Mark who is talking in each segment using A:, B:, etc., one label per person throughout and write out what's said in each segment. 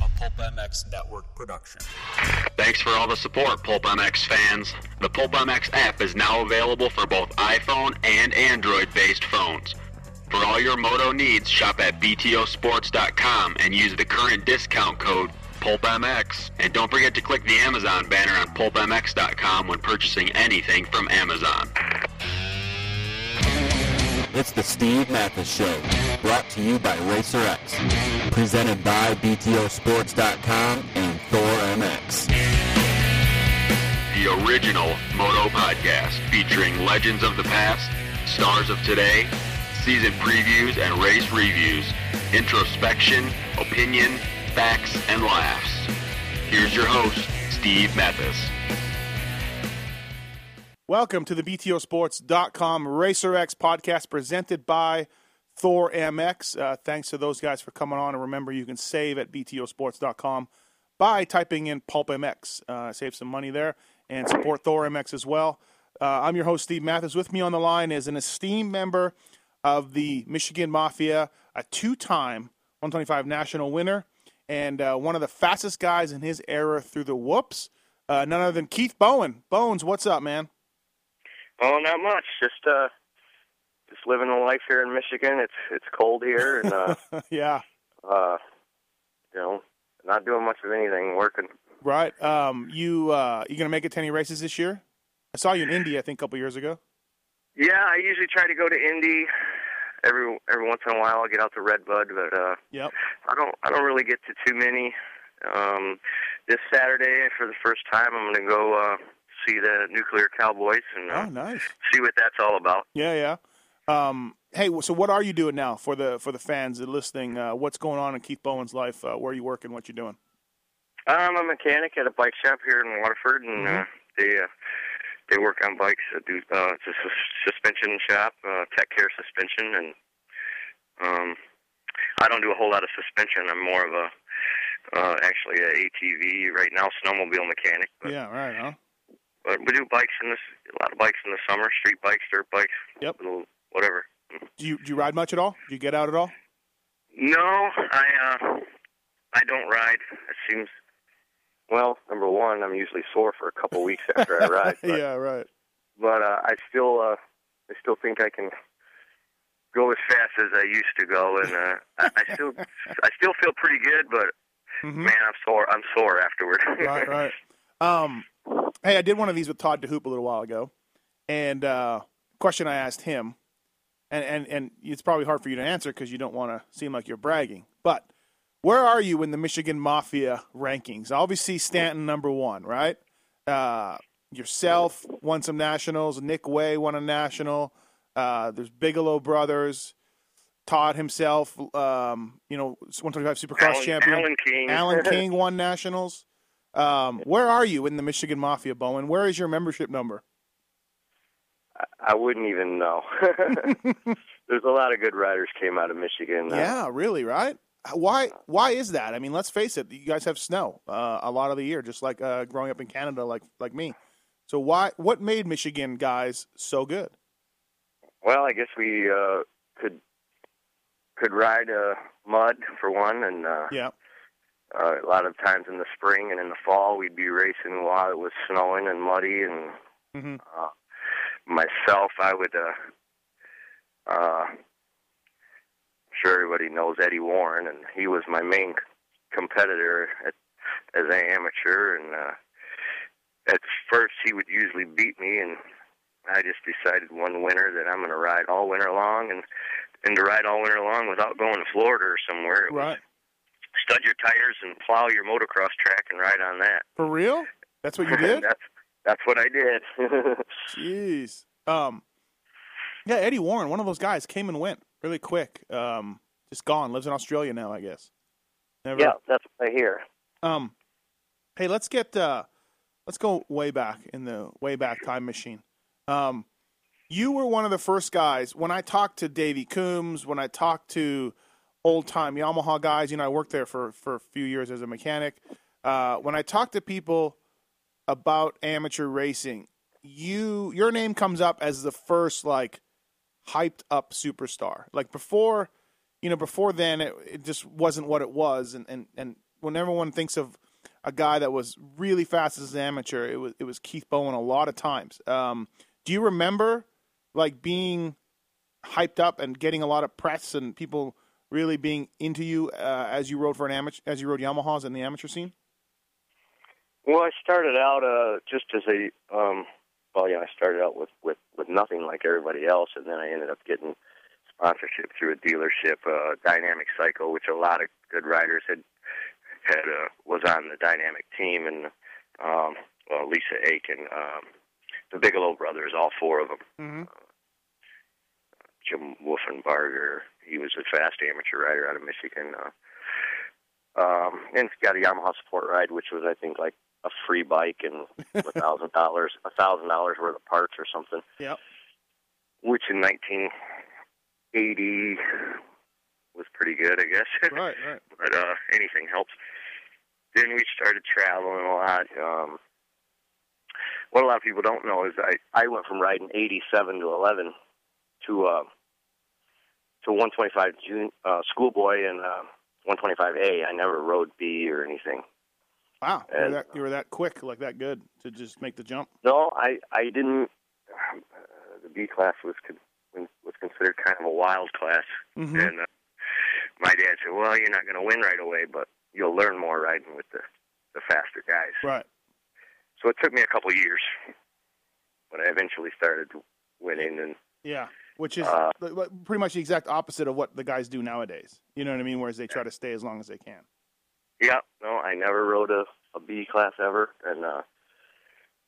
A: Pulp MX Network production.
B: Thanks for all the support, Pulp MX fans. The Pulp MX app is now available for both iPhone and Android based phones. For all your moto needs, shop at BTOsports.com and use the current discount code PulpMX. And don't forget to click the Amazon banner on PulpMX.com when purchasing anything from Amazon.
C: It's the Steve Mathis Show, brought to you by RacerX, presented by BTOsports.com and ThorMX.
B: The original Moto Podcast featuring legends of the past, stars of today, season previews and race reviews, introspection, opinion, facts, and laughs. Here's your host, Steve Mathis.
D: Welcome to the BTOsports.com RacerX podcast presented by Thor MX. Uh, thanks to those guys for coming on. And remember, you can save at BTOsports.com by typing in Pulp MX. Uh, save some money there and support Thor MX as well. Uh, I'm your host, Steve Mathis. With me on the line is an esteemed member of the Michigan Mafia, a two time 125 national winner, and uh, one of the fastest guys in his era through the whoops. Uh, none other than Keith Bowen. Bones, what's up, man?
E: Oh, not much. Just uh, just living the life here in Michigan. It's it's cold here, and uh,
D: yeah.
E: uh, you know, not doing much of anything. Working.
D: Right. Um, you uh, you gonna make it to any races this year? I saw you in India, I think, a couple years ago.
E: Yeah, I usually try to go to Indy every every once in a while. I get out to Redbud, but uh,
D: Yep.
E: I don't I don't really get to too many. Um, this Saturday, for the first time, I'm going to go uh, see the Nuclear Cowboys and uh,
D: Oh, nice.
E: see what that's all about.
D: Yeah, yeah. Um, hey, so what are you doing now for the for the fans that are listening? Uh, what's going on in Keith Bowen's life? Uh, where are you working? What you doing?
E: Um, I'm a mechanic at a bike shop here in Waterford, and
D: Mm-hmm.
E: uh, they uh, they work on bikes. I do uh, it's a sus- suspension shop, uh, Tech Care Suspension, and um, I don't do a whole lot of suspension. I'm more of a uh, actually a ATV right now, snowmobile mechanic. But,
D: Yeah, right. Huh?
E: but we do bikes in this a lot of bikes in the summer, street bikes, dirt bikes,
D: Yep.
E: little whatever.
D: Do you do you ride much at all? Do you get out at all?
E: No, I uh, I don't ride. It seems. Well, number one, I'm usually sore for a couple weeks after I ride. But,
D: yeah, right.
E: but uh, I still uh, I still think I can go as fast as I used to go, and uh, I, I still I still feel pretty good. But
D: hmm
E: man, I'm sore. I'm sore afterward.
D: Right, right. Um, hey, I did one of these with Todd DeHoop a little while ago, and uh, question I asked him, and, and and it's probably hard for you to answer because you don't want to seem like you're bragging, but where are you in the Michigan Mafia rankings? Obviously, Stanton number one, right? Uh, yourself won some nationals. Nick Way won a national. Uh, there's Bigelow brothers. Todd himself, um, you know, 125 Supercross
E: Alan,
D: champion.
E: Alan King.
D: Alan King won nationals. Um, where are you in the Michigan Mafia, Bowen? Where is your membership number?
E: I wouldn't even know. There's a lot of good riders came out of Michigan. uh,
D: Yeah, really, right? Why? Why is that? I mean, let's face it. You guys have snow uh, a lot of the year, just like uh, growing up in Canada, like like me. So why? What made Michigan guys so good?
E: Well, I guess we uh, could could ride uh, mud for one, and uh,
D: Yeah,
E: uh, a lot of times in the spring and in the fall we'd be racing while it was snowing and muddy and
D: Mhm.
E: uh, myself i would uh uh I'm sure everybody knows eddie warren and he was my main c- competitor at, as an amateur and uh at first he would usually beat me and i just decided one winter that i'm going to ride all winter long and and to ride all winter long without going to florida or somewhere it was
D: right.
E: stud your tires and plow your motocross track and ride on that.
D: For real? That's what you did?
E: that's that's what I did.
D: Jeez. Um, yeah, Eddie Warren, one of those guys, came and went really quick. Um, just gone. Lives in Australia now, I guess. Never
E: yeah, that's what I hear.
D: Um, hey, let's get uh, let's go way back in the way back time machine. Um, you were one of the first guys when I talked to Davey Coombs, when I talked to old time Yamaha guys. You know, I worked there for for a few years as a mechanic. Uh, when I talked to people about amateur racing, you your name comes up as the first like hyped up superstar. Like before, you know, before then it, it just wasn't what it was, and and and when everyone thinks of a guy that was really fast as an amateur, it was it was Keith Bowen a lot of times. Um, do you remember like being hyped up and getting a lot of press and people really being into you uh, as you rode for an amateur as you rode Yamahas in the amateur scene?
E: Well, I started out uh, just as a um, well, yeah, I started out with with with nothing like everybody else, and then I ended up getting sponsorship through a dealership, uh, Dynamic Cycle, which a lot of good riders had had uh, was on the Dynamic team, and um, well, Lisa Aiken, um, the Bigelow brothers, all four of them,
D: Mm-hmm.
E: Jim Wolfenbarger. He was a fast amateur rider out of Michigan. Uh, um, and it's got a Yamaha support ride, which was, I think, like a free bike and a thousand dollars, a thousand dollars worth of parts or something.
D: Yep.
E: Which in 1980 was pretty good, I guess.
D: Right, right.
E: but uh, anything helps. Then we started traveling a lot. Um, what a lot of people don't know is I I went from riding 87 to 11 to uh, to 125 jun uh, schoolboy and uh, 125A. I never rode B or anything.
D: Wow, you were,
E: And-
D: that, you were that quick, like that good to just make the jump.
E: No, I I didn't. Uh, the B class was con- was considered kind of a wild class,
D: Mm-hmm.
E: and uh, my dad said, "Well, you're not going to win right away, but you'll learn more riding with the the faster guys."
D: Right.
E: So it took me a couple of years, but I eventually started winning. And
D: Yeah, which is
E: Uh,
D: li- li- pretty much the exact opposite of what the guys do nowadays. You know what I mean? Whereas they try to stay as long as they can.
E: yeah, no, I never rode a, a B class ever. And uh,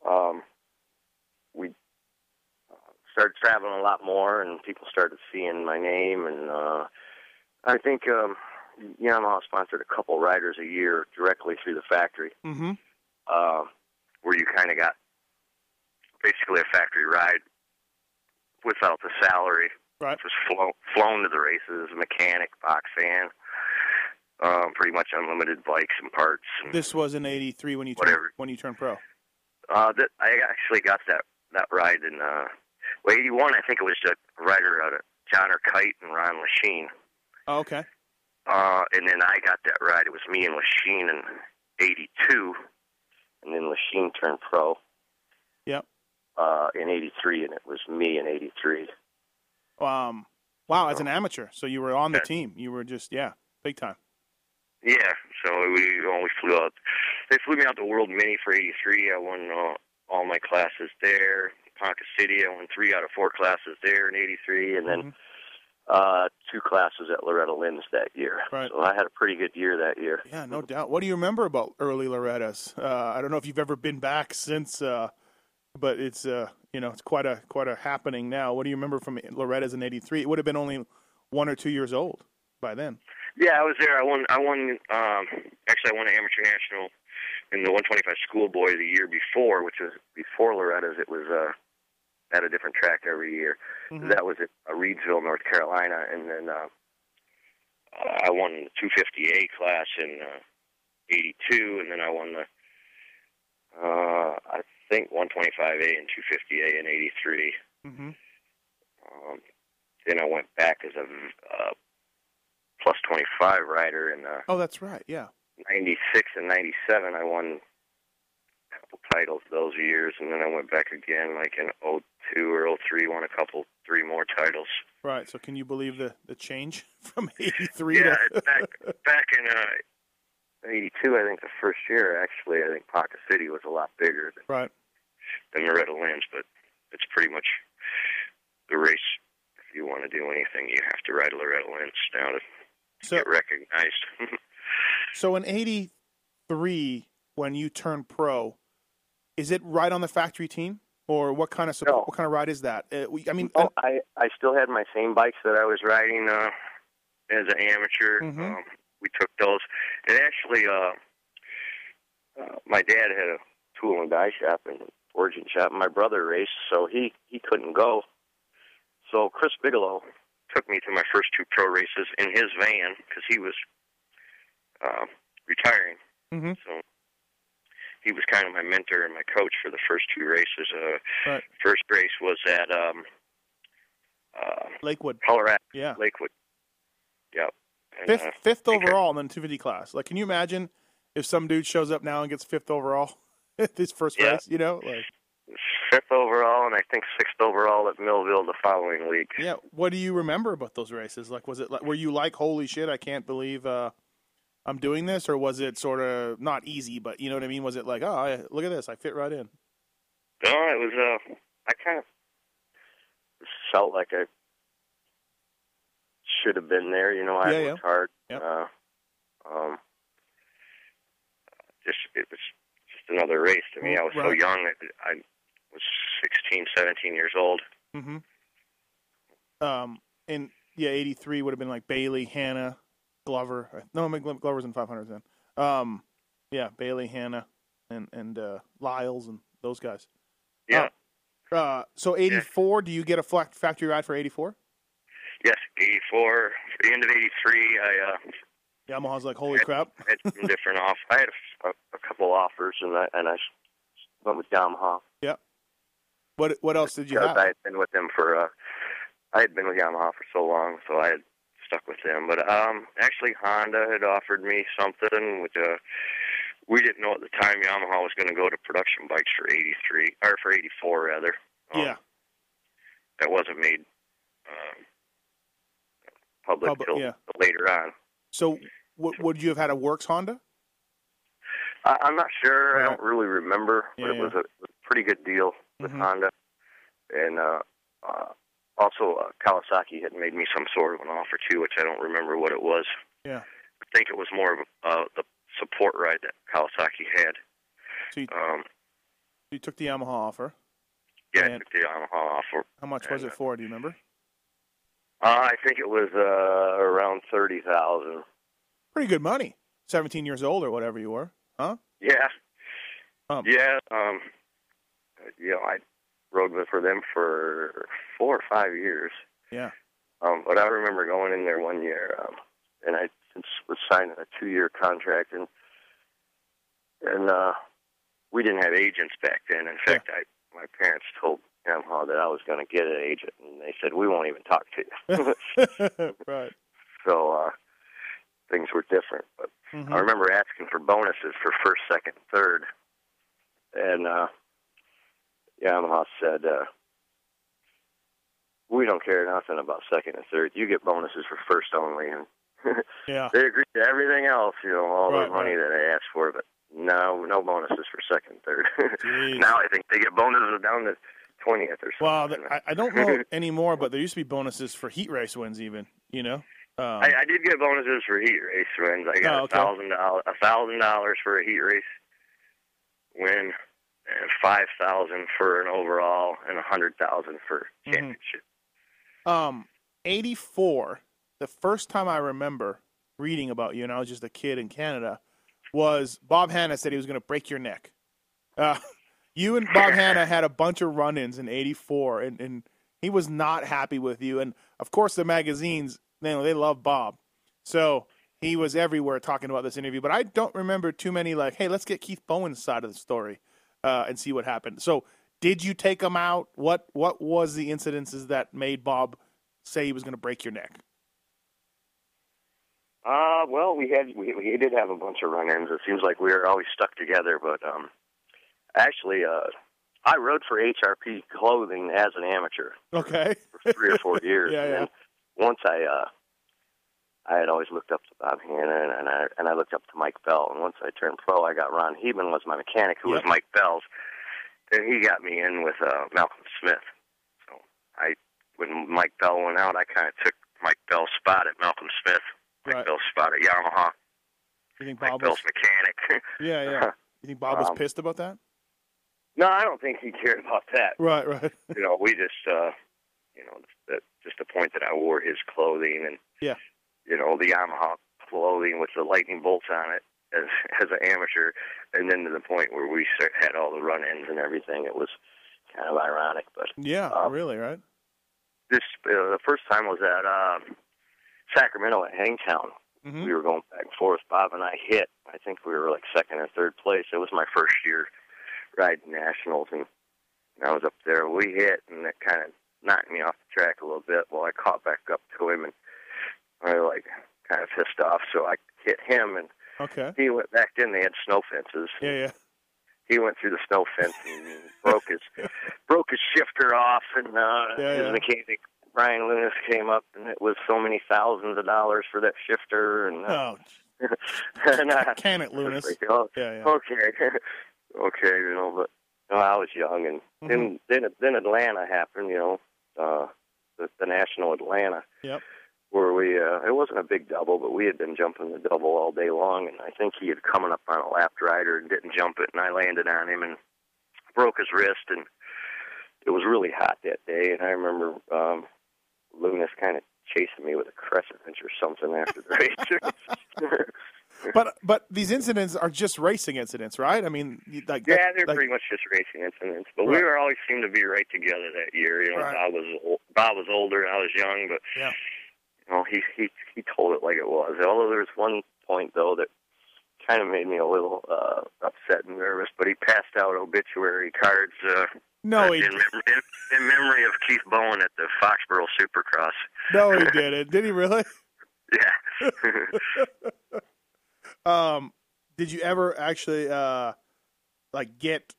E: um, we uh, started traveling a lot more, and people started seeing my name. And uh, I think um, Yamaha sponsored a couple riders a year directly through the factory.
D: Mm-hmm.
E: uh, where you kind of got basically a factory ride without the salary.
D: Right.
E: Just flown flown to the races, mechanic, box fan, um, pretty much unlimited bikes and parts. And,
D: This was in '83 when you turned,
E: Whatever.
D: when you turned pro.
E: uh, that, I actually got that that ride in uh, well, eighty one. I think it was uh, a rider out of John Urquhart and Ron Lachine.
D: Oh, okay.
E: Uh, and then I got that ride. It was me and Lachine in '82, and then Lachine turned pro.
D: Yep.
E: Uh, in '83, and it was me in '83.
D: Um, wow, as an amateur, so you were on the
E: Yeah.
D: team. You were just yeah, big time.
E: Yeah, so we only flew out. They flew me out to World Mini for '83. I won uh, all my classes there. Ponca City, I won three out of four classes there in '83, and then
D: Mhm.
E: uh, two classes at Loretta Lynn's that year.
D: Right.
E: So I had a pretty good year that year.
D: Yeah, no doubt. What do you remember about early Loretta's? Uh, I don't know if you've ever been back since, uh, but it's uh, you know it's quite a quite a happening now. What do you remember from Loretta's in '83? It would have been only one or two years old by then.
E: Yeah, I was there. I won. I won. Um, actually, I won an amateur national in the 125 schoolboy the year before, which was before Loretta's. It was uh, at a different track every year.
D: Mhm.
E: That was at uh, Reedsville, North Carolina, and then uh, I won the 250A class in uh, '82, and then I won the uh, I think 125A and 250A in '83.
D: Mm-hmm.
E: Um, then I went back as a uh, plus 25 rider in uh,
D: Oh, that's right. Yeah.
E: 96 and 97. I won a couple titles those years, and then I went back again, like in 02 or 03, won a couple, three more titles.
D: Right. So, can you believe the, the change from '83?
E: Yeah,
D: to...
E: back back in uh, 82, I think the first year, actually, I think Pocket City was a lot bigger than,
D: right.
E: than Loretta Lynn's, but it's pretty much the race. If you want to do anything, you have to ride Loretta Lynn's now to
D: So,
E: get recognized.
D: so in '83, when you turned pro, is it right on the factory team, or what kind of support,
E: No.
D: what kind of ride is that? Uh, we- I mean,
E: Oh, I I still had my same bikes that I was riding uh, as an amateur.
D: Mhm.
E: Um, we took those, and actually, uh, uh, my dad had a tool and die shop and forging shop. My brother raced, so he he couldn't go. So Chris Bigelow took me to my first two pro races in his van because he was uh, retiring.
D: Mhm.
E: So he was kind of my mentor and my coach for the first two races. Uh,
D: Right.
E: First race was at um, uh,
D: Lakewood.
E: Colorado
D: Yeah.
E: Lakewood. Yep. And,
D: Fifth,
E: uh,
D: fifth
E: think I-
D: overall in the 250 class. Like, can you imagine if some dude shows up now and gets fifth overall at his first
E: Yeah.
D: race, you know, like
E: uh, Fifth overall, and I think sixth overall at Millville the following week.
D: yeah. What do you remember about those races? Like, was it like were you like, holy shit, I can't believe uh, I'm doing this, or was it sort of not easy, but you know what I mean? Was it like, oh, I, look at this, I fit right in?
E: No, it was. Uh, I kind of felt like I should have been there. You know, I
D: Yeah, yeah.
E: worked hard.
D: Yep.
E: Uh, um, just it was just another race to me. I was so
D: Right.
E: young. I, I was 16, 17 years old.
D: Mm-hmm. Um, and yeah, eighty three would have been like Bailey, Hannah, Glover. No, I mean, Glo- Glover's in five hundred then. Um, yeah, Bailey, Hannah, and and uh, Lyles and those guys.
E: Yeah.
D: Uh, uh, so eighty four. Do you get a fla- factory ride for eighty four?
E: Yes, eighty four. The end of eighty three, I uh,
D: Yamaha's like, holy
E: Yeah.
D: crap.
E: had some different off. I had a, a couple offers, and I and I went with Yamaha.
D: What what else did you
E: because
D: have?
E: I had been with them for uh, I had been with Yamaha for so long, so I had stuck with them. But um, actually, Honda had offered me something, which uh, we didn't know at the time. Yamaha was going to go to production bikes for '83 or for '84 rather. Um,
D: yeah,
E: that wasn't made um, public
D: Public,
E: till
D: yeah.
E: later on.
D: So what would you have had a works Honda?
E: I, I'm not sure. I
D: Right.
E: don't really remember, but it
D: Yeah.
E: was a, it was a pretty good deal with
D: Mhm.
E: Honda, and uh, uh, also uh, Kawasaki had made me some sort of an offer too, which I don't remember what it was.
D: Yeah.
E: I think it was more of uh, the support ride that Kawasaki had.
D: So you,
E: Um,
D: you took the Yamaha offer.
E: yeah,
D: Yeah.
E: I took the Yamaha offer.
D: How much was
E: Yeah.
D: it for? Do you remember?
E: Uh, I think it was uh, around thirty thousand.
D: Pretty good money. Seventeen years old or whatever you were.
E: Yeah.
D: Um.
E: yeah. Um. You know, I rode with for them for four or five years.
D: Yeah.
E: Um, but I remember going in there one year, um, and I was signing a two-year contract, and and uh, we didn't have agents back then. In fact, I my parents told Yamaha that I was going to get an agent, and they said we won't even talk to you.
D: right.
E: so uh, things were different, but.
D: Mhm.
E: I remember asking for bonuses for first, second, third, and uh, Yamaha said, uh, "We don't care nothing about second and third. You get bonuses for first only." And
D: Yeah.
E: they agreed to everything else, you know, all
D: Right,
E: the money that I asked for, but no, no bonuses for second, third.
D: Jeez.
E: now I think they get bonuses down to twentieth or something.
D: Well, th- I, I don't know anymore, but there used to be bonuses for heat race wins, even. You know, um,
E: I, I did get bonuses for heat race wins. I
D: Oh,
E: got a
D: okay.
E: thousand dollars, a thousand dollars for a heat race win, and five thousand for an overall, and a hundred thousand for
D: Mhm.
E: championship.
D: um, eighty four. The first time I remember reading about you, and I was just a kid in Canada, was Bob Hanna said he was going to break your neck. Uh, you and Bob Hanna had a bunch of run-ins in '84, and, and he was not happy with you. And of course, the magazines they they love Bob, so he was everywhere talking about this interview. But I don't remember too many like, "Hey, let's get Keith Bowen's side of the story uh, and see what happened." So, did you take him out? What what was the incidences that made Bob say he was going to break your neck?
E: Uh, well, we had we, we did have a bunch of run-ins. It seems like we were always stuck together, but um, actually, uh, I rode for HRP Clothing as an amateur.
D: Okay,
E: for three or four years.
D: Yeah,
E: and
D: yeah.
E: then once I uh I had always looked up to Bob Hanna and, and I and I looked up to Mike Bell and once I turned pro I got Ron Heben was my mechanic who
D: Yep.
E: was Mike Bell's and he got me in with uh Malcolm Smith. So I when Mike Bell went out I kinda took Mike Bell's spot at Malcolm Smith, Mike
D: right.
E: Bell's spot at Yamaha,
D: You think
E: Mike
D: Bob was?
E: Bell's mechanic.
D: Yeah, yeah. You think Bob was
E: Um,
D: pissed about that?
E: no, I don't think he cared about that.
D: Right, right.
E: you know, we just, uh, you know, that, just the point that I wore his clothing and,
D: Yeah.
E: you know, the Yamaha clothing with the lightning bolts on it as as an amateur, and then to the point where we cer- had all the run-ins and everything. It was kind of ironic, but
D: Yeah,
E: Um,
D: really, right.
E: this uh, the first time was at uh, Sacramento at Hangtown.
D: hmm
E: We were going back and forth. Bob and I hit. I think we were like second or third place. It was my first year riding nationals, and, and I was up there. We hit, and that kind of knocked me off the track a little bit. Well, I caught back up to him, and I was like kind of pissed off. So I hit him, and
D: Okay.
E: He went back then. They had snow fences.
D: Yeah, yeah.
E: He went through the snow fence and broke his broke his shifter off, and uh,
D: Yeah,
E: his
D: yeah.
E: mechanic Brian Loomis came up, and it was so many thousands of dollars for that shifter, and uh,
D: Oh,
E: and uh,
D: can it,
E: I was
D: Lunas.
E: like, oh,
D: Yeah, yeah.
E: okay, okay, you know, but you know, I was young, and
D: Mm-hmm.
E: then then then Atlanta happened, you know, uh, the, the National Atlanta.
D: Yep.
E: Where we, uh, it wasn't a big double, but we had been jumping the double all day long, and I think he had come up on a lap rider and didn't jump it, and I landed on him and broke his wrist, and it was really hot that day, and I remember um, Loomis kind of chasing me with a crescent wrench or something after the race.
D: But but these incidents are just racing incidents, right? I mean, you- like
E: Yeah,
D: that-
E: they're
D: like-
E: pretty much just racing incidents, but
D: Right.
E: we were always seemed to be right together that year. You know,
D: Right.
E: Bob was ol- Bob was older, and I was young, but
D: Yeah.
E: you know, he he he told it like it was. Although there was one point though that kind of made me a little uh, upset and nervous. But he passed out obituary cards uh,
D: no,
E: in,
D: he
E: mem- in, in memory of Keith Bowen at the Foxborough Supercross.
D: no, he did it. Did he really?
E: Yeah,
D: Um, did you ever actually uh, like get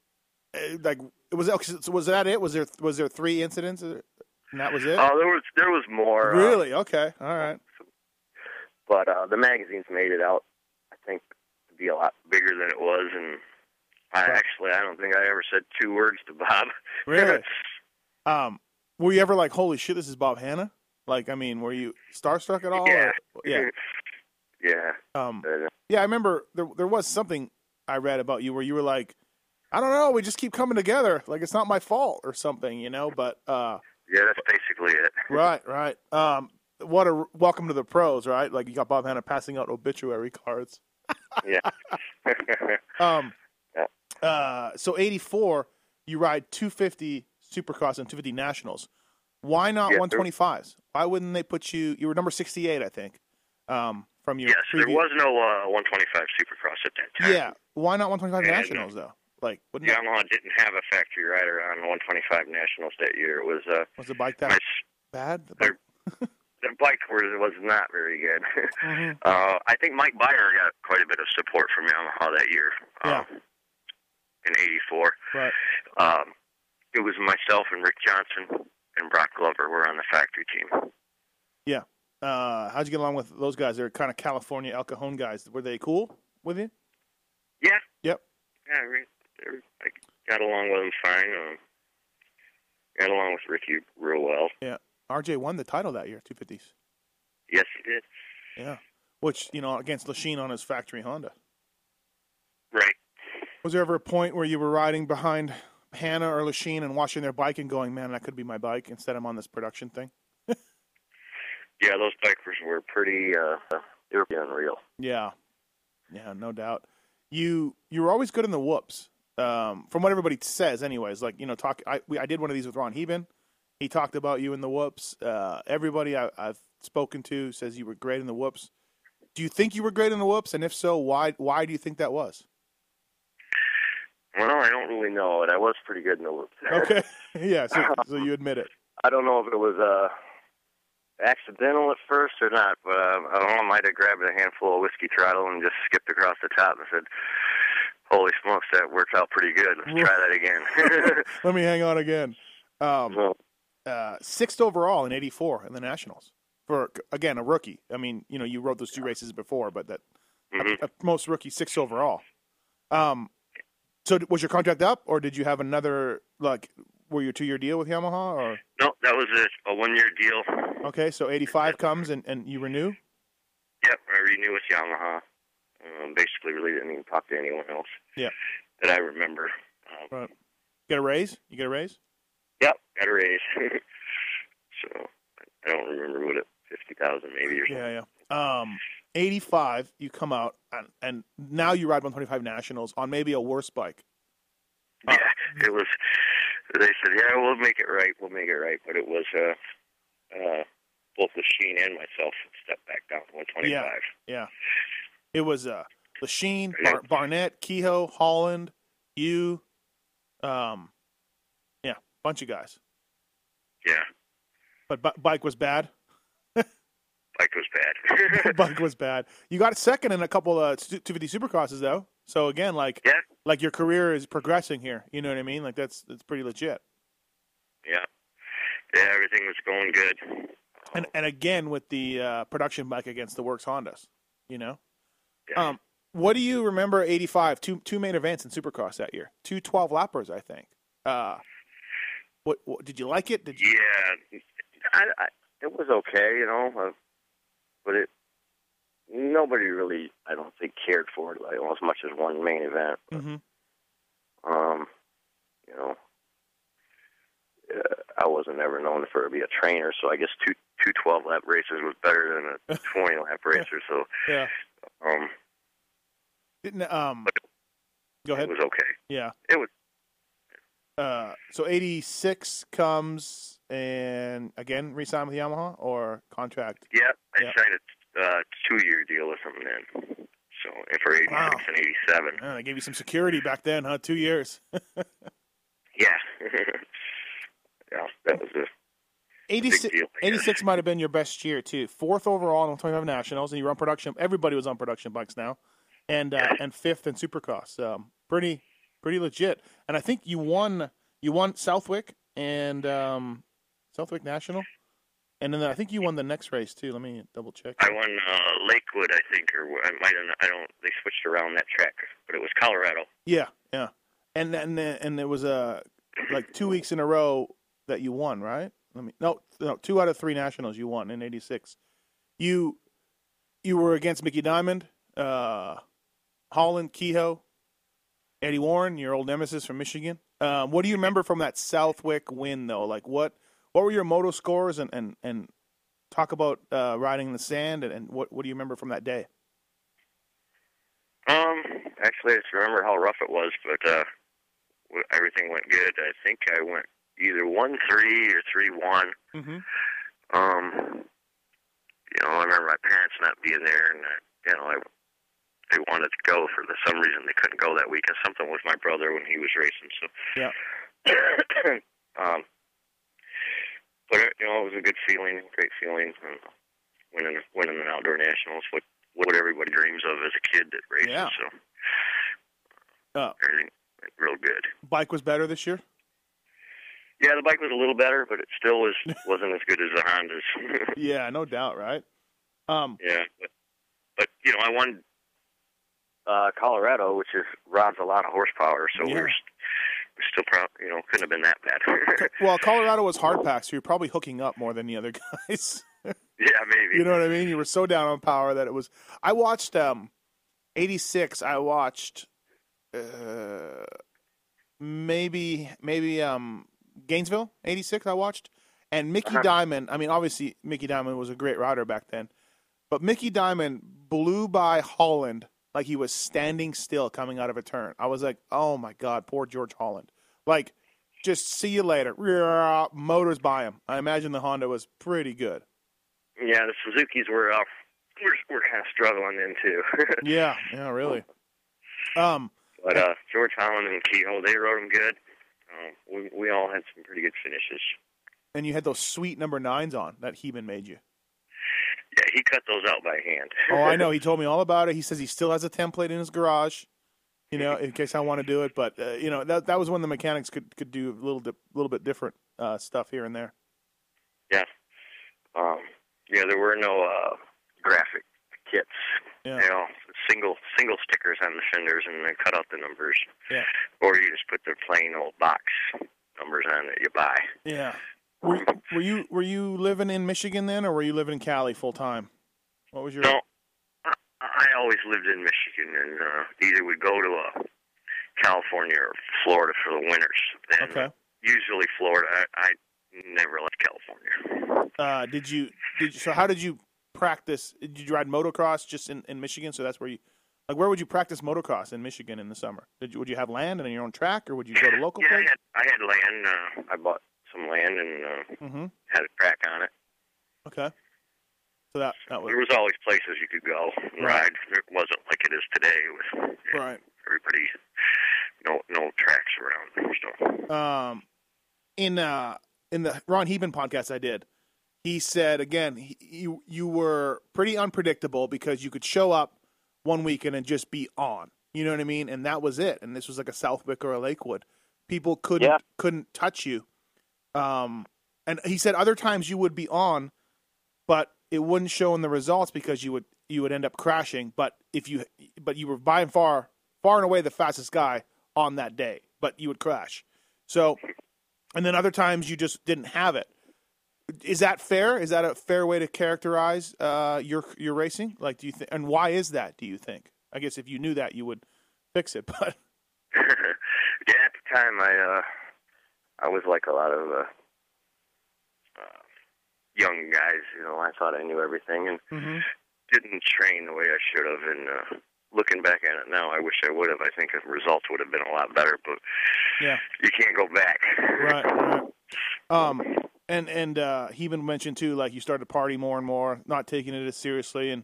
D: uh, like was that was that it? Was there was there three incidents uh, and that was it?
E: oh, there was there was more. uh,
D: really? Okay. All right.
E: but uh, the magazines made it out. I think to be a lot bigger than it was, and I
D: Right.
E: actually I don't think I ever said two words to Bob.
D: Really? Um, were you ever like, holy shit, this is Bob Hanna? Like, I mean, were you starstruck at all?
E: Yeah.
D: Or- yeah.
E: yeah.
D: Um,
E: but,
D: yeah, I remember there there was something I read about you where you were like, I don't know, we just keep coming together. Like it's not my fault or something, you know. But uh,
E: yeah, that's basically it.
D: right, right. Um, what a welcome to the pros, right? Like you got Bob Hanna passing out obituary cards.
E: yeah,
D: Um,
E: Yeah.
D: uh, so eighty four, you ride two fifty Supercross and two fifty Nationals. Why not
E: Yeah,
D: one twenty fives? Why wouldn't they put you? You were number sixty eight, I think. Um, from your
E: yes, there
D: previous-
E: was no uh, 125 Supercross at that time.
D: Yeah, why not one twenty five
E: Yeah, no.
D: Nationals though? Like, wouldn't that,
E: Yamaha didn't have a factory rider on 125 Nationals that year. It was uh,
D: was the bike
E: my,
D: that
E: s-
D: bad? The
E: They're-
D: bike-
E: their bike was was not very good.
D: Mhm.
E: Uh, I think Mike Byer got quite a bit of support from Yamaha that year.
D: Yeah.
E: Um, in '84,
D: Right.
E: um, it was myself and Rick Johnson and Brock Glover were on the factory team.
D: Uh, how'd you get along with those guys? They're kind of California El Cajon guys. Were they cool with you?
E: Yeah.
D: Yep.
E: Yeah, Rick, er, I got along with him fine. Um, got along with Ricky real well.
D: RJ won the title that year, two fifties.
E: Yes, he did.
D: Yeah, which you know against Lachine on his factory Honda.
E: Right.
D: Was there ever a point where you were riding behind Hannah or Lachine and watching their bike and going, "Man, that could be my bike"? Instead, I'm on this production thing.
E: Yeah, those bikers were pretty. Uh, they were unreal.
D: Yeah, yeah, no doubt. You you were always good in the whoops, um, from what everybody says. Anyways, like you know, talk. I we, I did one of these with Ron Heben. He talked about you in the whoops. Uh, everybody I, I've spoken to says you were great in the whoops. Do you think you were great in the whoops? And if so, why why do you think that was?
E: Well, I don't really know, and I was pretty good in the whoops. there.
D: Okay, yeah. So, so you admit it.
E: I don't know if it was uh, accidental at first or not, but uh, I don't know. I might have grabbed a handful of whiskey throttle and just skipped across the top and said, "Holy smokes, that worked out pretty good. Let's try that again."
D: Let me hang on again. Um,
E: so,
D: uh, sixth overall in '84 in the Nationals for again a rookie. I mean, you know, you rode those two races before, but that
E: mhm.
D: uh, most rookie six overall. Um, so d- was your contract up, or did you have another like? Were you a two year deal with Yamaha, or
E: No, that was a, a one-year deal.
D: okay? So eighty five comes and, and you renew.
E: Yep, I renewed with Yamaha. Um, basically, really didn't even talk to anyone else.
D: Yeah.
E: that I remember. Um,
D: Get a raise. You get a raise.
E: Yep, got a raise. so I don't remember what it fifty thousand maybe or something.
D: Yeah, yeah. Um, eighty five. You come out and, and now you ride one twenty five Nationals on maybe a worse bike. Uh,
E: Yeah, it was. They said, "Yeah, we'll make it right. We'll make it right." But it was uh, uh, both the Sheen and myself stepped back down to 125.
D: It was uh, Lachine,
E: Yeah.
D: Bar- Barnett, Kehoe, Holland, you, um, yeah, bunch of guys.
E: Yeah,
D: But b- bike was bad.
E: bike was bad.
D: Bike was bad. You got second in a couple of stu- 250 supercrosses though. So again, like
E: Yeah.
D: like your career is progressing here. You know what I mean? Like that's that's pretty legit.
E: yeah, yeah, everything was going good.
D: And and again with the uh, production bike against the works Hondas. You know.
E: Yeah.
D: Um, what do you remember? 85 two two main events in supercross that year. Two 12 lappers, I think. Uh, what, what did you like it? Did you,
E: Yeah, I, I, it was okay, you know, uh, but it nobody really, I don't think, cared for it like, as much as one main event.
D: hmm
E: Um, you know, uh, I wasn't ever known for be a trainer, so I guess two two twelve lap races was better than a twenty lap racer. So,
D: Yeah.
E: um,
D: Didn't um. Go
E: it
D: ahead.
E: was okay.
D: Yeah.
E: It was
D: Uh, so 86 comes and again resign with Yamaha or contract.
E: yeah. I
D: Yeah.
E: signed a uh, two year deal with them then. So, and for eighty six
D: Wow.
E: and eighty seven.
D: Man, they gave you some security back then, huh? Two years.
E: Yeah. yeah, that was a
D: 86,
E: deal, I guess.
D: 86 might have been your best year too. Fourth overall in the 25 nationals, and you were on production. Everybody was on production bikes now, and uh, and fifth in Supercross. Um, pretty pretty legit. And I think you won you won Southwick and um, Southwick National, and then I think you won the next race too. Let me double check.
E: I won uh, Lakewood, I think, or I might have. I don't. They switched around that track, but it was Colorado.
D: Yeah, yeah, and and and it was uh, like two weeks in a row that you won, right? Let me no no two out of three nationals you won in '86. You you were against Mickey Diamond, uh, Holland, Kehoe, Eddie Warren, your old nemesis from Michigan. Um, what do you remember from that Southwick win though? Like what what were your moto scores and and and talk about uh, riding in the sand and, and what what do you remember from that day?
E: Um, actually, I just remember how rough it was, but uh, w- everything went good. I think I went either one three or three one.
D: Mm-hmm.
E: Um, you know, I remember my parents not being there, and I, you know, I they wanted to go for the, some reason they couldn't go that weekend. Something with my brother when he was racing, so
D: Yeah.
E: um, but you know, it was a good feeling, great feeling. And winning winning an outdoor nationals, what what everybody dreams of as a kid that races.
D: Yeah.
E: So
D: Uh,
E: everything went real good.
D: bike was better this year.
E: Yeah, the bike was a little better, but it still was wasn't as good as the Hondas.
D: Yeah, no doubt, right? Um,
E: Yeah, but, but you know, I won uh, Colorado, which is robs a lot of horsepower, so
D: Yeah.
E: we're, st- we're still proud. You know, couldn't have been that bad.
D: well, Colorado was hard pack, so you're probably hooking up more than the other guys.
E: yeah, maybe.
D: you know what I mean? You were so down on power that it was. I watched um, '86. I watched uh, maybe maybe um Gainesville '86. I watched and Mickey
E: Uh-huh.
D: Diamond. I mean, obviously Mickey Diamond was a great rider back then, but Mickey Diamond blew by Holland like he was standing still coming out of a turn. I was like, oh my god, poor George Holland. Like, just see you later. Motors by him. I imagine the Honda was pretty good.
E: Yeah, the Suzuki's were uh, we're we're kind of struggling then too.
D: Yeah, yeah, really. Um,
E: but uh, George Holland and Kehoe, they rode them good. Um, we we all had some pretty good finishes.
D: and you had those sweet number nines on that Heeman made you.
E: Yeah, he cut those out by hand.
D: Oh, I know. He told me all about it. He says he still has a template in his garage, you know, in case I want to do it. But uh, you know, that that was when the mechanics could could do a little di- little bit different uh, stuff here and there.
E: Yeah. Um, yeah, there were no uh, graphic kits.
D: Yeah.
E: You know, single single stickers on the fenders, and then cut out the numbers.
D: Yeah.
E: Or you just put the plain old box numbers on that you buy.
D: Yeah. Were, were you were you living in Michigan then, or were you living in Cali full time? What was your
E: No, I, I always lived in Michigan, and uh, either we'd go to uh, California or Florida for the winters. And
D: okay?
E: Usually Florida. I, I never left California.
D: Uh, did you did you, so? How did you practice? Did you ride motocross just in, in Michigan? So that's where you like. Where would you practice motocross in Michigan in the summer? Did you would you have land and your own track, or would you go to local
E: Yeah, I
D: place?
E: had I had land. Uh, I bought some land and uh,
D: Mm-hmm.
E: had a track on it.
D: Okay. So that that was
E: There was always places you could go and
D: Right.
E: ride. It wasn't like it is today with you know,
D: right.
E: everybody no no tracks around. So
D: Um, in uh in the Ron Heben podcast I did, he said again, he, you you were pretty unpredictable because you could show up one weekend and just be on. You know what I mean? And that was it. And this was like a Southwick or a Lakewood. People couldn't
E: Yeah.
D: couldn't touch you. Um, and he said other times you would be on, but it wouldn't show in the results because you would you would end up crashing. But if you but you were by and far far and away the fastest guy on that day, but you would crash. So, and then other times you just didn't have it. Is that fair? Is that a fair way to characterize uh, your your racing? Like, do you think? And why is that? Do you think? I guess if you knew that, you would fix it. But
E: yeah, at the time I uh I was like a lot of uh, uh young guys, you know, I thought I knew everything and didn't train the way I should have and uh looking back at it now I wish I would have. I think the results would have been a lot better, but
D: yeah,
E: you can't go back.
D: right, right. Um, and and uh, he even mentioned too, like you started to party more and more, not taking it as seriously, and,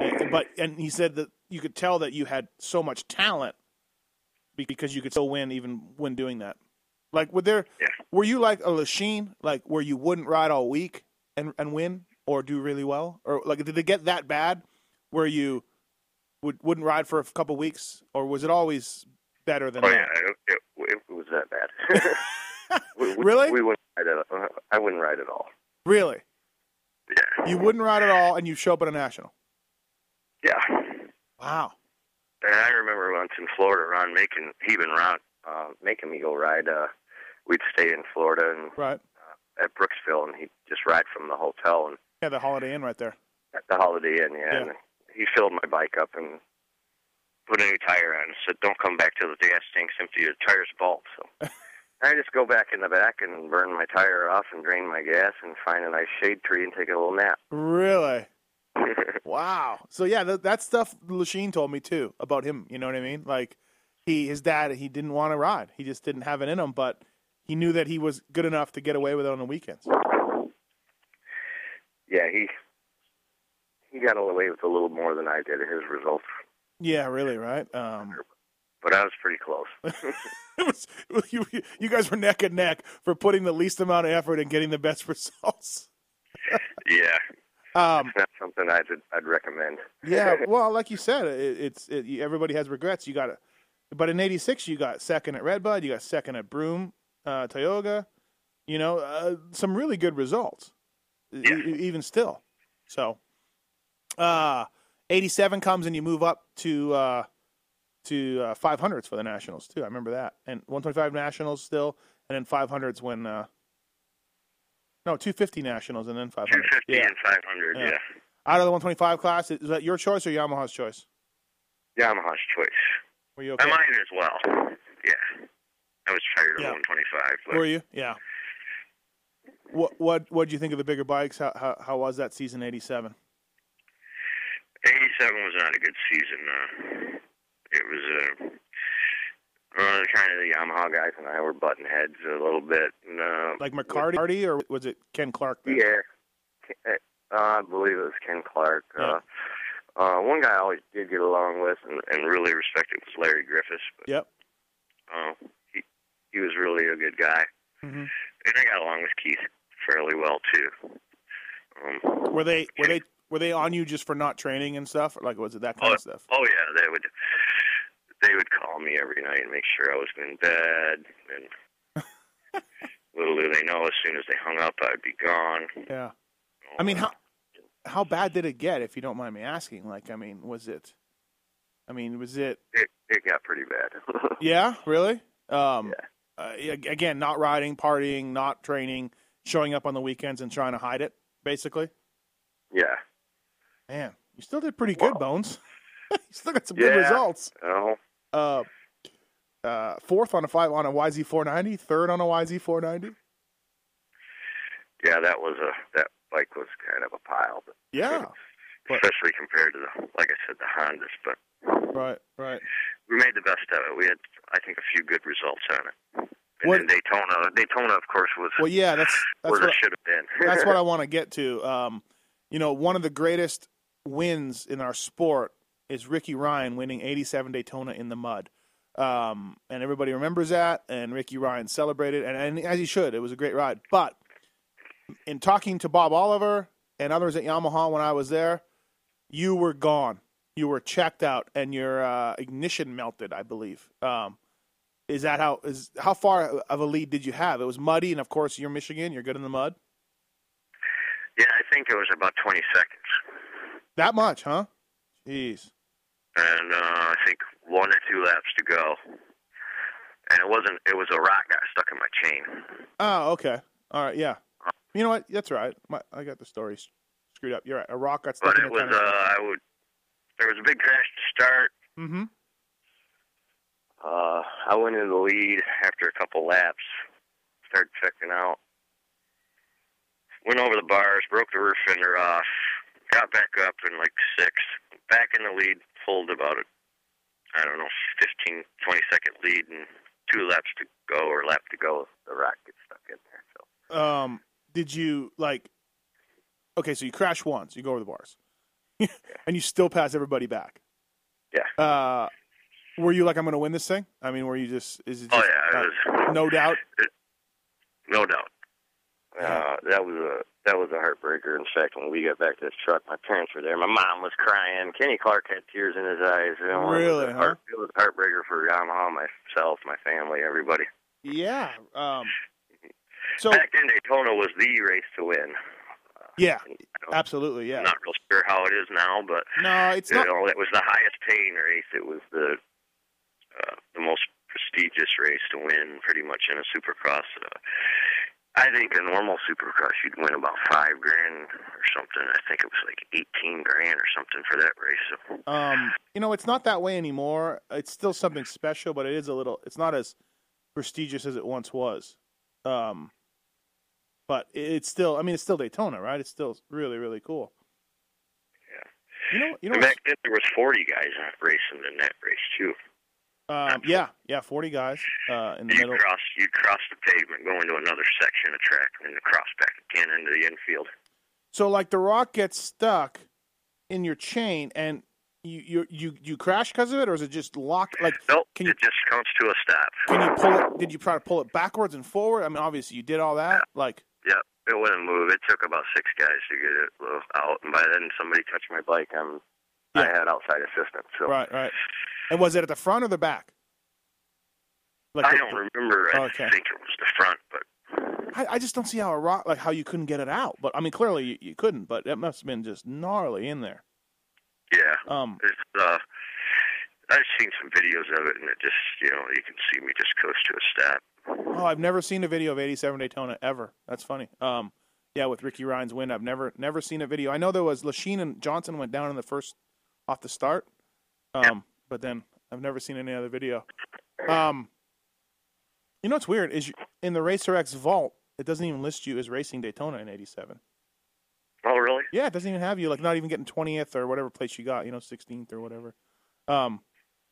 D: and but and he said that you could tell that you had so much talent be- because you could still win even when doing that. Like, were there
E: Yeah.
D: were you like a machine, like where you wouldn't ride all week and and win or do really well, or like did it get that bad where you would wouldn't ride for a couple weeks, or was it always better than
E: Oh
D: that?
E: yeah, it, it, it was that bad. we, we-
D: Really?
E: We wouldn't ride at all. I wouldn't ride at all.
D: Really,
E: Yeah.
D: you wouldn't ride at all, and you show up at a national.
E: Yeah.
D: Wow.
E: And I remember once in Florida, Ron making he been Ron uh, making me go ride. Uh, we'd stay in Florida and
D: Right.
E: at Brooksville, and he'd just ride from the hotel and
D: Yeah, the Holiday Inn right there.
E: at the Holiday Inn. Yeah,
D: Yeah.
E: and he filled my bike up and put a new tire on. and Said, "Don't come back till the gas tank's empty. Your tire's bald." So I just go back in the back and burn my tire off and drain my gas and find a nice shade tree and take a little nap.
D: Really? Wow. So yeah, that, that stuff Lachine told me too about him. You know what I mean? Like he, his dad, he didn't want to ride. He just didn't have it in him, but he knew that he was good enough to get away with it on the weekends.
E: yeah, he he got away with a little more than I did. His results,
D: Yeah, really, right? Um,
E: but I was pretty close.
D: it was you, you guys were neck and neck for putting the least amount of effort and getting the best results.
E: yeah.
D: Um,
E: not something I'd I'd recommend.
D: yeah, well, like you said, it, it's it, you- everybody has regrets. You got to, but in '86 you got second at Redbud, you got second at Broome, uh, Tioga, you know, uh, some really good results, e-
E: Yeah.
D: e- even still. So, uh, '87 comes and you move up to uh, to uh, 500s for the Nationals too. I remember that, and 125 Nationals still, and then 500s when. Uh, no, 250 Nationals and then 500.
E: Two fifty
D: Yeah.
E: and five hundred.
D: Yeah.
E: Yeah.
D: Out of the 125 class, is that your choice or Yamaha's choice?
E: Yamaha's choice.
D: Were you
E: I
D: okay?
E: mine as well. Yeah. I was tired of
D: Yeah.
E: one twenty five. But
D: Were you? Yeah. What what what did you think of the bigger bikes? How how, how was that season '87?
E: eighty seven was not a good season. Uh, it was uh, uh, kind of the Yamaha guys and I were butting heads a little bit. And, uh,
D: Like McCarty or was it Ken Clark? then?
E: Yeah. Uh, I believe it was Ken Clark.
D: Yeah.
E: Uh, uh, one guy I always did get along with and, and really respected was Larry Griffiths. But,
D: Yep.
E: Uh, he, he was really a good guy.
D: Mhm.
E: And I got along with Keith fairly well, too. Um,
D: Were they were they were they on you just for not training and stuff? Or like was it that kind of stuff?
E: oh, yeah, they would. They would call me every night and make sure I was in bed. And little do they know, as soon as they hung up, I'd be gone.
D: Yeah. I mean, how how bad did it get? If you don't mind me asking, like, I mean, was it? I mean, was it?
E: it, it got pretty bad.
D: Yeah, really. Um, uh, ag- again, not riding, partying, not training, showing up on the weekends and trying to hide it, basically.
E: yeah.
D: Man, you still did pretty good,
E: Wow.
D: Bones. you still got some
E: Yeah.
D: good results.
E: Oh.
D: Uh, uh, fourth on a five on a YZ490, third on a YZ490.
E: yeah, that was a that bike was kind of a pile, but
D: Yeah, But-
E: especially compared to the like I said the Hondas. But
D: right, right.
E: we made the best of it. We had I think a few good results on it. And
D: What-
E: then Daytona, Daytona of course was
D: Well, yeah, that's that's
E: where
D: what
E: it should have been.
D: that's what I want to get to. Um, you know, one of the greatest wins in our sport is Ricky Ryan winning 87 Daytona in the mud. Um, and everybody remembers that, and Ricky Ryan celebrated, and, and as he should, it was a great ride. But in talking to Bob Oliver and others at Yamaha when I was there, you were gone. You were checked out, and your uh, ignition melted. I believe. Um, is that how is how far of a lead did you have? It was muddy, and of course you're Michigan. You're good in the mud.
E: Yeah, I think it was about 20 seconds.
D: That much, huh? Jeez.
E: and uh, I think one or two laps to go. And it wasn't. It was a rock got stuck in my chain.
D: Oh, okay. All right. Yeah. You know what? That's right. My, I got the story s- screwed up. You're right. A rock got stuck
E: But
D: in
E: it was.
D: the
E: Uh, I would. There was a big crash to start.
D: Mm-hmm.
E: Uh, I went in the lead after a couple laps. Started checking out. Went over the bars, broke the rear fender off. Got back up in like sixth. Back in the lead, pulled about a, I don't know, 15, 20 second lead, and two laps to go or lap to go. The rock gets stuck in there. So
D: um, did you like? Okay, so you crash once, you go over the bars, and you still pass everybody back.
E: Yeah.
D: Uh, were you like, I'm going to win this thing? I mean, were you just? Is it? Just,
E: Oh yeah, it
D: uh,
E: was
D: no doubt.
E: no doubt. Uh, that was a that was a heartbreaker. In fact, when we got back to the truck, my parents were there. My mom was crying. Kenny Clark had tears in his eyes. You know, it was
D: Really,
E: a heart- It was a heartbreaker for Yamaha, myself, my family, everybody.
D: Yeah. Um, so
E: back then, Daytona was the race to win.
D: yeah,
E: don't-
D: absolutely. Yeah.
E: I'm not real sure how it is now, but
D: No, it's
E: you
D: not.
E: know, it was the highest paying race. It was the uh, the most prestigious race to win, pretty much in a Supercross. Uh, I think a normal Supercross you'd win about five grand or something. I think it was like eighteen grand or something for that race. So,
D: Um, you know, it's not that way anymore. It's still something special, but it is a little. It's not as prestigious as it once was. Um, but it- it's still. I mean, it's still Daytona, right? It's still really, really cool. Yeah. You know. You know.
E: and
D: what's-
E: back then there was forty guys in that race, and in that race too.
D: Um, yeah, yeah, forty guys uh, in the
E: You'd
D: middle.
E: cross you'd cross the pavement, go into another section of track, and then cross back again into the infield.
D: So like the rock gets stuck in your chain, and you you you you crash because of it, or is it just locked? Like
E: Nope,
D: Can you-
E: it just comes to a stop.
D: can you pull it? Did you try to pull it backwards and forward? I mean, obviously you did all that. Like
E: Yeah, it wouldn't move. It took about six guys to get it uh, out, and by then somebody touched my bike. I'm, I
D: Yeah.
E: had outside assistance, so
D: right, right. And was it at the front or the back? Like
E: I
D: the-
E: don't remember. I
D: Okay.
E: think it was the front, but
D: I, I just don't see how a rock like how you couldn't get it out. But I mean, clearly you, you couldn't. But that must have been just gnarly in there.
E: yeah,
D: Um,
E: it's. Uh, I've seen some videos of it, and it just you know you can see me just coast to a stop.
D: Oh, I've never seen a video of 87 Daytona ever. That's funny. Um, yeah, with Ricky Ryan's win, I've never never seen a video. I know there was Lachine and Johnson went down in the first off the start, um, but then I've never seen any other video. Um, you know what's weird is you, in the Racer X vault, it doesn't even list you as racing Daytona in '87.
E: Oh really?
D: Yeah, it doesn't even have you like not even getting 20th or whatever place you got, you know, 16th or whatever. Um,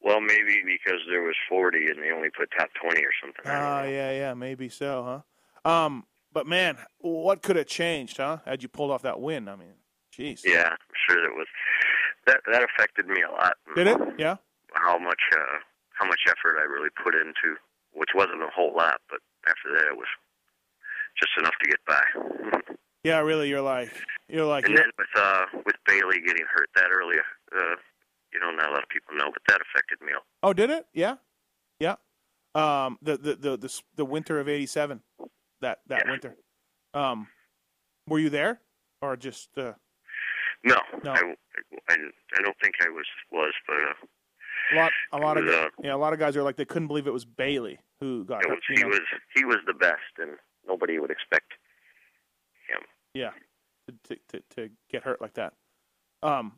E: Well, maybe because there was forty, and they only put top twenty or something. I don't
D: Ah,
E: know.
D: yeah, yeah, maybe so, huh? Um, but man, what could have changed, huh? Had you pulled off that win? I mean, jeez.
E: Yeah, I'm sure that was that that affected me a lot.
D: Did it? Yeah.
E: how much uh, how much effort I really put into, which wasn't a whole lot, but after that it was just enough to get by.
D: Yeah, really. You're like, you're like,
E: And then with uh, with Bailey getting hurt that early, uh, you know, not a lot of people know, but that affected me. a-
D: oh, did it? Yeah, yeah. Um, the the the the, s- the winter of '87, that that
E: Yeah.
D: winter. Um, were you there, or just? Uh,
E: No,
D: No.
E: I, I, I don't think I was was, but uh,
D: a lot, a lot of
E: Yeah.
D: yeah, a lot of guys are like they couldn't believe it was Bailey who got
E: it was,
D: hurt, you
E: he
D: know?
E: was he was the best, and nobody would expect him
D: yeah to, to to to get hurt like that. Um,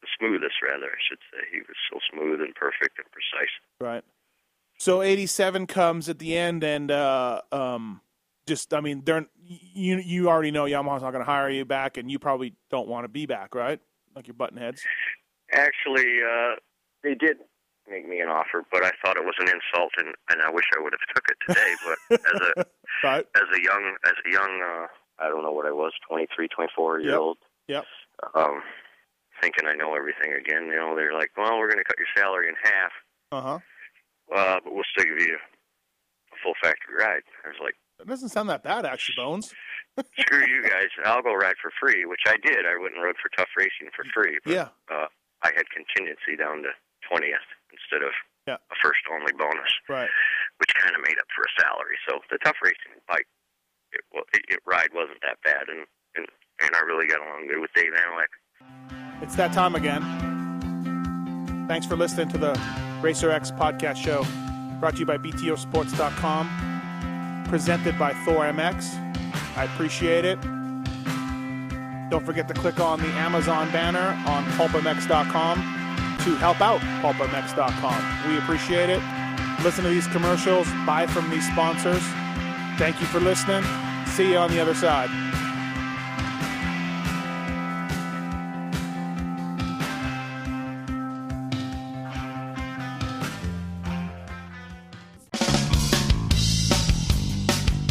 E: the smoothest, rather I should say. He was so smooth and perfect and precise.
D: Right. So eighty seven comes at the end, and uh, um, just I mean, they're you you already know Yamaha's not going to hire you back, and you probably don't want to be back, right? Like you're button heads.
E: Actually, uh, they did make me an offer, but I thought it was an insult, and, and I wish I would have took it today. But as a
D: Right.
E: as a young as a young uh, I don't know what I was twenty three, twenty four year
D: Yep.
E: old.
D: Yep.
E: Um, thinking I know everything again. You know, they're like, well, we're going to cut your salary in half,
D: Uh huh.
E: uh, but we'll still give you a full factory ride. I was like,
D: That doesn't sound that bad, actually, Bones.
E: Screw you guys. I'll go ride for free, which I did. I went and rode for Tough Racing for free. But,
D: Yeah.
E: Uh, I had contingency down to 20th instead of
D: Yeah.
E: a first only bonus,
D: Right.
E: which kind of made up for a salary. So the Tough Racing bike, it, well, it, it ride wasn't that bad, and, and and I really got along good with Dave Analek.
D: It's that time again. Thanks for listening to the Racer X podcast show, brought to you by BTOsports.com, presented by Thor MX. I appreciate it. Don't forget to click on the Amazon banner on pulpmx.com to help out pulpmx.com. We appreciate it. Listen to these commercials, buy from these sponsors. Thank you for listening. See you on the other side.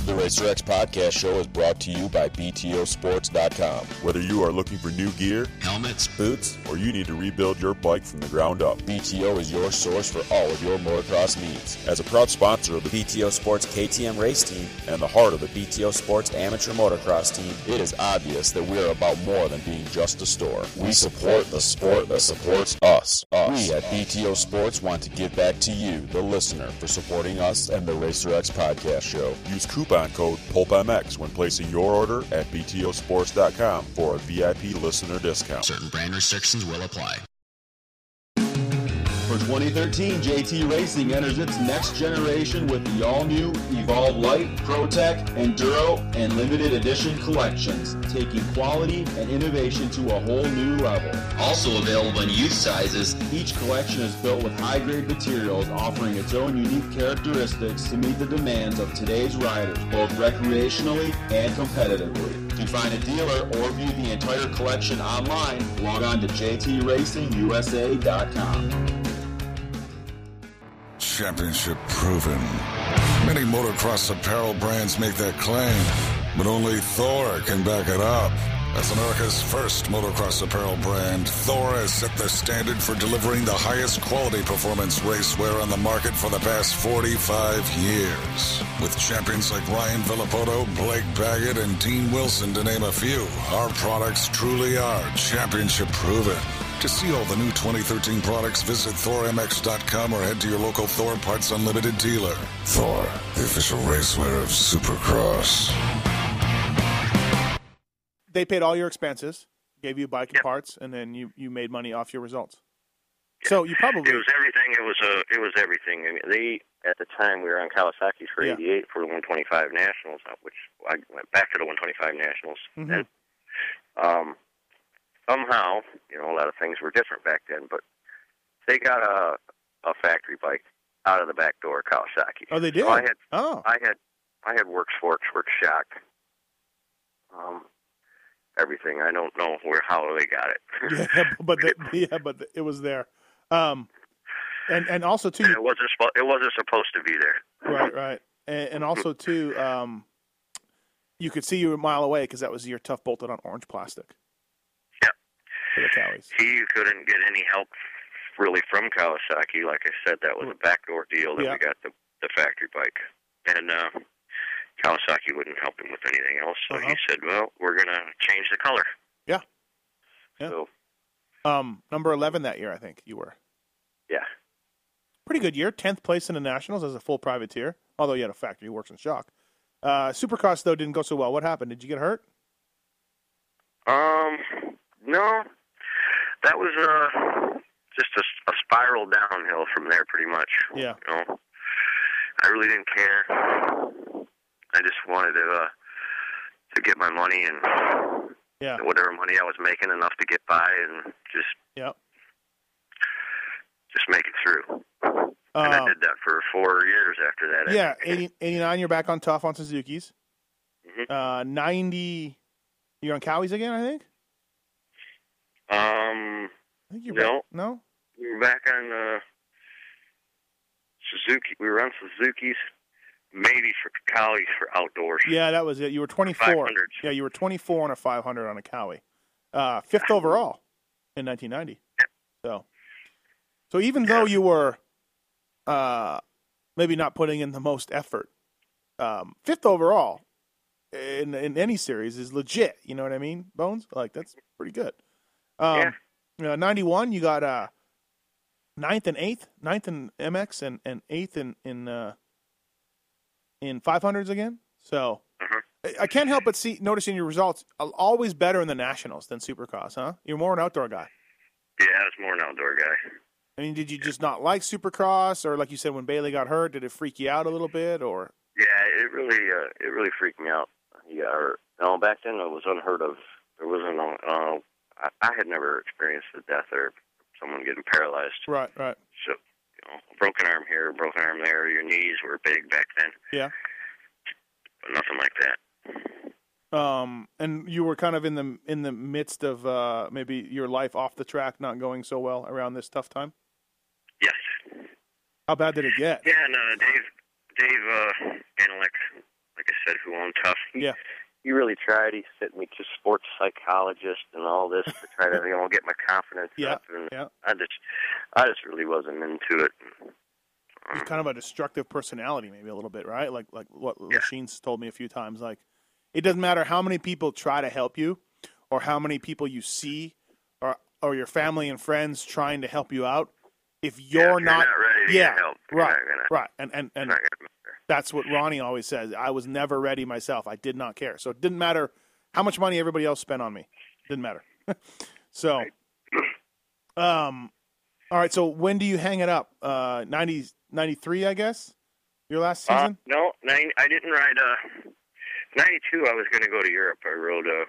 F: The Racer X Podcast Show is brought to you by BTOsports.com.
G: Whether you are looking for new gear,
B: Helmets,
G: boots, or you need to rebuild your bike from the ground up,
F: BTO is your source for all of your motocross needs.
G: as a proud sponsor of the
H: BTO Sports KTM race team,
G: and the heart of
H: the
G: the
H: BTO Sports amateur motocross team.
F: It is obvious that we are about more than being just a store. We support the sport that supports us. us. We at BTO Sports want to give back to you, the listener, for supporting us and the Racer X Podcast Show.
G: use coupon code PulpMX when placing your order at btosports.com for a VIP listener discount.
B: certain brand restrictions will apply.
F: For 2013, JT Racing enters its next generation with the all-new Evolve Light, ProTech, Enduro, and limited edition collections, taking quality and innovation to a whole new level. Also available in youth sizes, each collection is built with high-grade materials, offering its own unique characteristics to meet the demands of today's riders, both recreationally and competitively. To find a dealer or view the entire collection online, log on to jtracingusa.com.
I: Championship proven. Many motocross apparel brands make that claim, but only Thor can back it up. As America's first motocross apparel brand, Thor has set the standard for delivering the highest quality performance racewear on the market for the past 45 years. With champions like Ryan Villapoto, Blake Baggett, and Dean Wilson, to name a few, our products truly are championship proven. To see all the new 2013 products, visit ThorMX.com or head to your local Thor Parts Unlimited dealer. Thor, the official racewear of Supercross.
D: they paid all your expenses, gave you bike and
E: Yep.
D: parts, and then you, you made money off your results. So you probably
E: It was everything. It was a. It was everything. I mean, they at the time we were on Kawasaki for
D: Yeah.
E: '88 for the 125 Nationals, uh, which I went back to the 125 Nationals.
D: Mm-hmm.
E: And, um, somehow, you know, a lot of things were different back then, but they got a a factory bike out of the back door of Kawasaki.
D: oh they did
E: So I had
D: oh
E: I had I had works forks, works shock, um, everything. I don't know where how they got it.
D: yeah but the, yeah but the, it was there, um, and and also too
E: it wasn't. Spo- it wasn't supposed to be there.
D: right right and, and also
E: Mm-hmm.
D: too um, you could see you a mile away because that was your tough bolted on orange plastic.
E: Yep.
D: For the cowies.
E: he couldn't get any help really from Kawasaki. Like I said, that was a backdoor deal that
D: Yeah.
E: we got the the factory bike, and uh, Kawasaki wouldn't help him with anything else. So
D: Uh-huh.
E: he said, "Well, we're gonna change the color."
D: Yeah. Yeah.
E: So
D: Um, number eleven that year, I think you were
E: yeah,
D: pretty good year, tenth place in the nationals as a full privateer. Although you had a factory works in shock. Uh, Supercross though didn't go so well. What happened? Did you get hurt?
E: um, no, that was uh just a, s- a spiral downhill from there, pretty much.
D: Yeah.
E: You know, I really didn't care. I just wanted to uh, to get my money and
D: Yeah.
E: whatever money I was making enough to get by and just
D: Yep.
E: just make it through. And I
D: Um,
E: did that for four years after that.
D: yeah, 80, 89, you're back on tough on Suzuki's.
E: Mm-hmm.
D: Uh, 90, you're on Cowies again, I think? I
E: Um,
D: think you're
E: No.
D: back. No?
E: we were back on uh, Suzuki. We were on Suzuki's, maybe for Cali's for outdoors.
D: Yeah, that was it. You were 24.
E: 500.
D: Yeah, you were 24 on a 500 on a Cowie. Uh, fifth overall in 1990. So, so even though you were uh, maybe not putting in the most effort, um, fifth overall in in any series is legit. You know what I mean, Bones? Like that's pretty good. Um,
E: Yeah.
D: you know, ninety one. You got uh, ninth and eighth, ninth in MX, and and eighth in in uh, in five hundreds again. So I, I can't help but see noticing your results al- always better in the nationals than Supercross, huh? You're more an outdoor guy.
E: Yeah, I was more an outdoor guy.
D: I mean, did you just not like Supercross, or like you said, when Bailey got hurt, did it freak you out a little bit, or
E: Yeah, it really uh, it really freaked me out. Yeah, or, no, back then it was unheard of. There wasn't uh, I, I had never experienced the death or someone getting paralyzed.
D: right, right,
E: So you know, broken arm here, broken arm there. Your knees were big back then,
D: yeah.
E: but nothing like that.
D: um and you were kind of in the in the midst of uh maybe your life off the track not going so well around this tough time
E: Yes.
D: how bad did it get
E: Yeah, no, Dave. Dave uh, Anelek, like I said, who owned Tough.
D: Yeah.
E: He really tried. He sent me to sports psychologist and all this to try to you know get my confidence
D: Yeah,
E: up. And
D: yeah.
E: I just, I just really wasn't into it.
D: You're kind of a destructive personality maybe a little bit right like like what Lachines told me a few times like it doesn't matter how many people try to help you or how many people you see or or your family and friends trying to help you out if you're,
E: if you're not ready to get
D: yeah
E: help, you're
D: right
E: not gonna-
D: right and and and
E: Not gonna matter.
D: That's what Ronnie always says. I was never ready myself. I did not care. So it didn't matter how much money everybody else spent on me. Didn't matter. so, um, all right. So when do you hang it up? Uh, 90, 93, I guess. Your last
E: Uh,
D: season.
E: no, nine, I didn't ride. Uh, Ninety-two, I was going to go to Europe. I rode uh,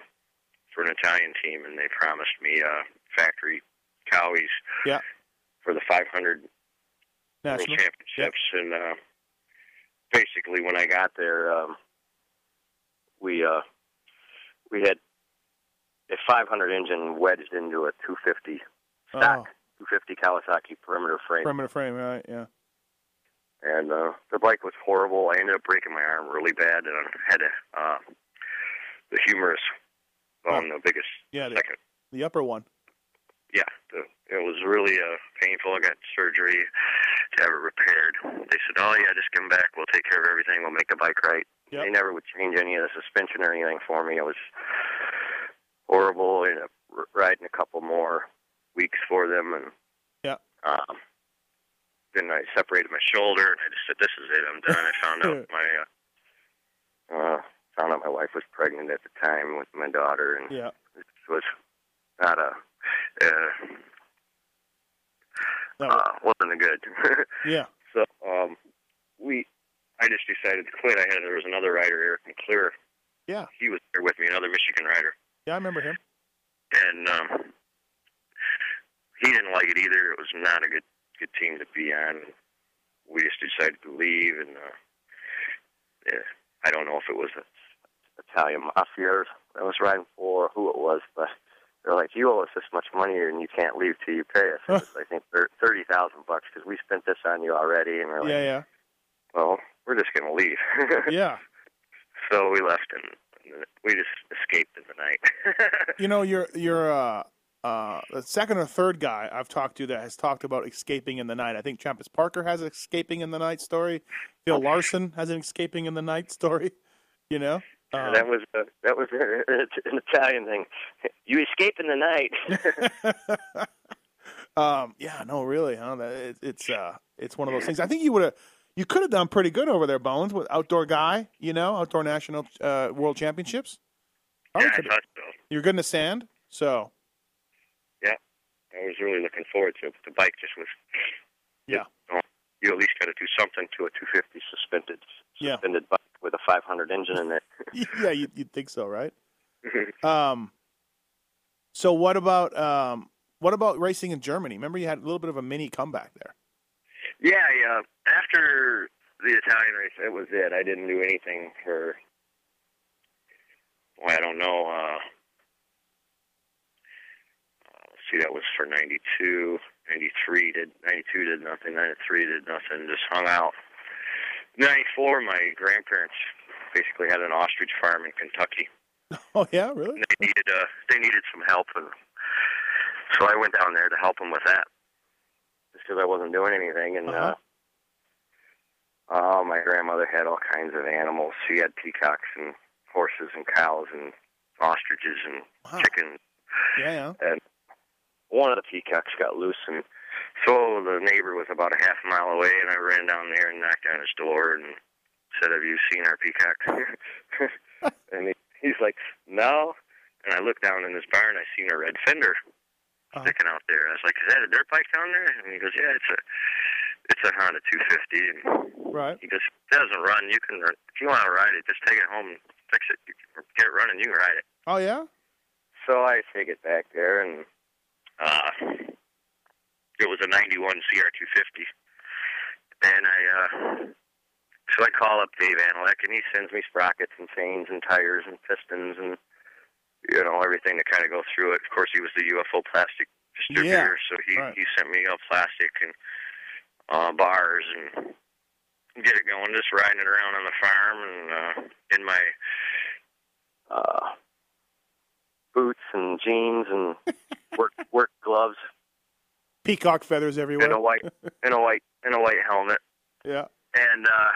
E: for an Italian team, and they promised me uh, factory cowies
D: Yeah.
E: for the 500
D: National.
E: World Championships, and uh, basically when I got there, um, we uh, we had a 500 engine wedged into a 250 stock,
D: Oh,
E: 250 Kawasaki perimeter frame,
D: perimeter frame. Right. Yeah.
E: and uh, the bike was horrible. I ended up breaking my arm really bad, and I had a, uh, the humerus bone, the biggest
D: Yeah. The,
E: second
D: the upper one.
E: yeah, the, it was really uh, painful. I got surgery to have it repaired. They said, "Oh yeah, just come back. We'll take care of everything. We'll make the bike right."
D: Yep.
E: They never would change any of the suspension or anything for me. It was horrible. I ended up r- riding a couple more weeks for them, and
D: Yep.
E: um, then I separated my shoulder, and I just said, "This is it. I'm done." I found out my uh, uh, found out my wife was pregnant at the time with my daughter, and
D: Yeah.
E: this was not a uh,
D: That
E: uh, wasn't a good.
D: Yeah.
E: so um, we, I just decided to quit. I had there was another rider, Eric McClure.
D: Yeah.
E: he was there with me, another Michigan rider,
D: Yeah. I remember him.
E: and um, he didn't like it either. It was not a good good team to be on. We just decided to leave, and uh, yeah, I don't know if it was the Italian mafia I was riding for, or who it was, but they're like, "You owe us this much money, and you can't leave till you pay us." It was, I think thir- thirty thousand bucks because we spent this on you already, and we're like,
D: Yeah. Yeah.
E: "Well, we're just gonna leave."
D: Yeah.
E: So we left, and and we just escaped in the night.
D: You know, you're you're uh, uh, the second or third guy I've talked to that has talked about escaping in the night. I think Champus Parker has an escaping in the night story. Phil Larson has an escaping in the night story. You know,
E: Yeah,
D: um,
E: that was uh, that was an Italian thing. You escape in the night.
D: um, yeah, no, really, huh? That, it, it's uh, it's one of those things. I think you would have, you could have done pretty good over there, Bones, with outdoor guy. You know, outdoor national uh, world championships. Probably
E: yeah, I
D: could-
E: thought so.
D: You're good in the sand, so
E: I was really looking forward to it, but the bike just was.
D: Yeah.
E: You, know, you at least got to do something to a 250 suspended
D: Yeah.
E: suspended bike with a 500 engine in it.
D: yeah, you'd, you'd think so, right? Um, so what about um, what about racing in Germany? Remember, you had a little bit of a mini comeback there.
E: yeah, yeah. After the Italian race, that was it. I didn't do anything for. Boy, I don't know. Uh, uh, let's see, that was for 92. 93 did 92 did nothing. 93 did nothing. Just hung out. 94, my grandparents basically had an ostrich farm in Kentucky.
D: Oh yeah, really?
E: and they needed uh, they needed some help, and so I went down there to help them with that, just because I wasn't doing anything, and uh
D: Uh-huh.
E: Oh, my grandmother had all kinds of animals. She had peacocks and horses and cows and ostriches and
D: Wow.
E: chickens.
D: Yeah, yeah.
E: And one of the peacocks got loose, and so the neighbor was about a half mile away, and I ran down there and knocked on his door and said, "Have you seen our peacock?" and he, he's like, "No." And I looked down in his barn, I seen a red fender
D: Uh-huh.
E: sticking out there. I was like, "Is that a dirt bike down there?" And he goes, "Yeah, it's a." It's a Honda 250, and
D: Right.
E: he goes, "It doesn't run. You can, run- if you want to ride it, just take it home and fix it. You can get it running. You can ride it."
D: Oh yeah.
E: So I take it back there, and uh, it was a '91 CR250, and I uh, so I call up Dave Analek, and he sends me sprockets and chains and tires and pistons and you know everything to kind of go through it. Of course, he was the UFO plastic distributor, so he
D: right.
E: he sent me uh, plastic and uh, bars and get it going. Just riding it around on the farm and uh, in my uh, boots and jeans and work work gloves
D: Peacock feathers everywhere.
E: and a white and a white and a white helmet.
D: yeah.
E: And uh,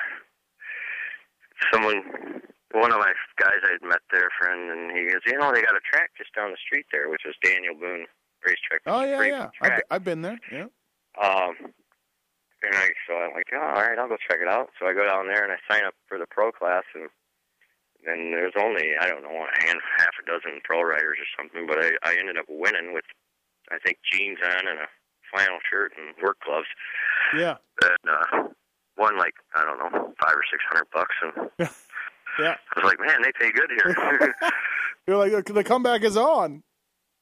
E: someone, one of my guys I had met there, a friend, and he goes, you know, they got a track just down the street there, which is Daniel Boone Racetrack.
D: Oh yeah,
E: Great
D: yeah. I've,
E: Track.
D: I've been there. Yeah.
E: Um, and I, so I'm like, oh, all right, I'll go check it out. So I go down there and I sign up for the pro class, and then there's only I don't know a hand, half a dozen pro riders or something, but I, I ended up winning with I think jeans on and a flannel shirt and work gloves,
D: Yeah.
E: and uh, won like I don't know five or six hundred bucks, and
D: Yeah.
E: I was like, man, they pay good here.
D: You're like "Look, the comeback is on.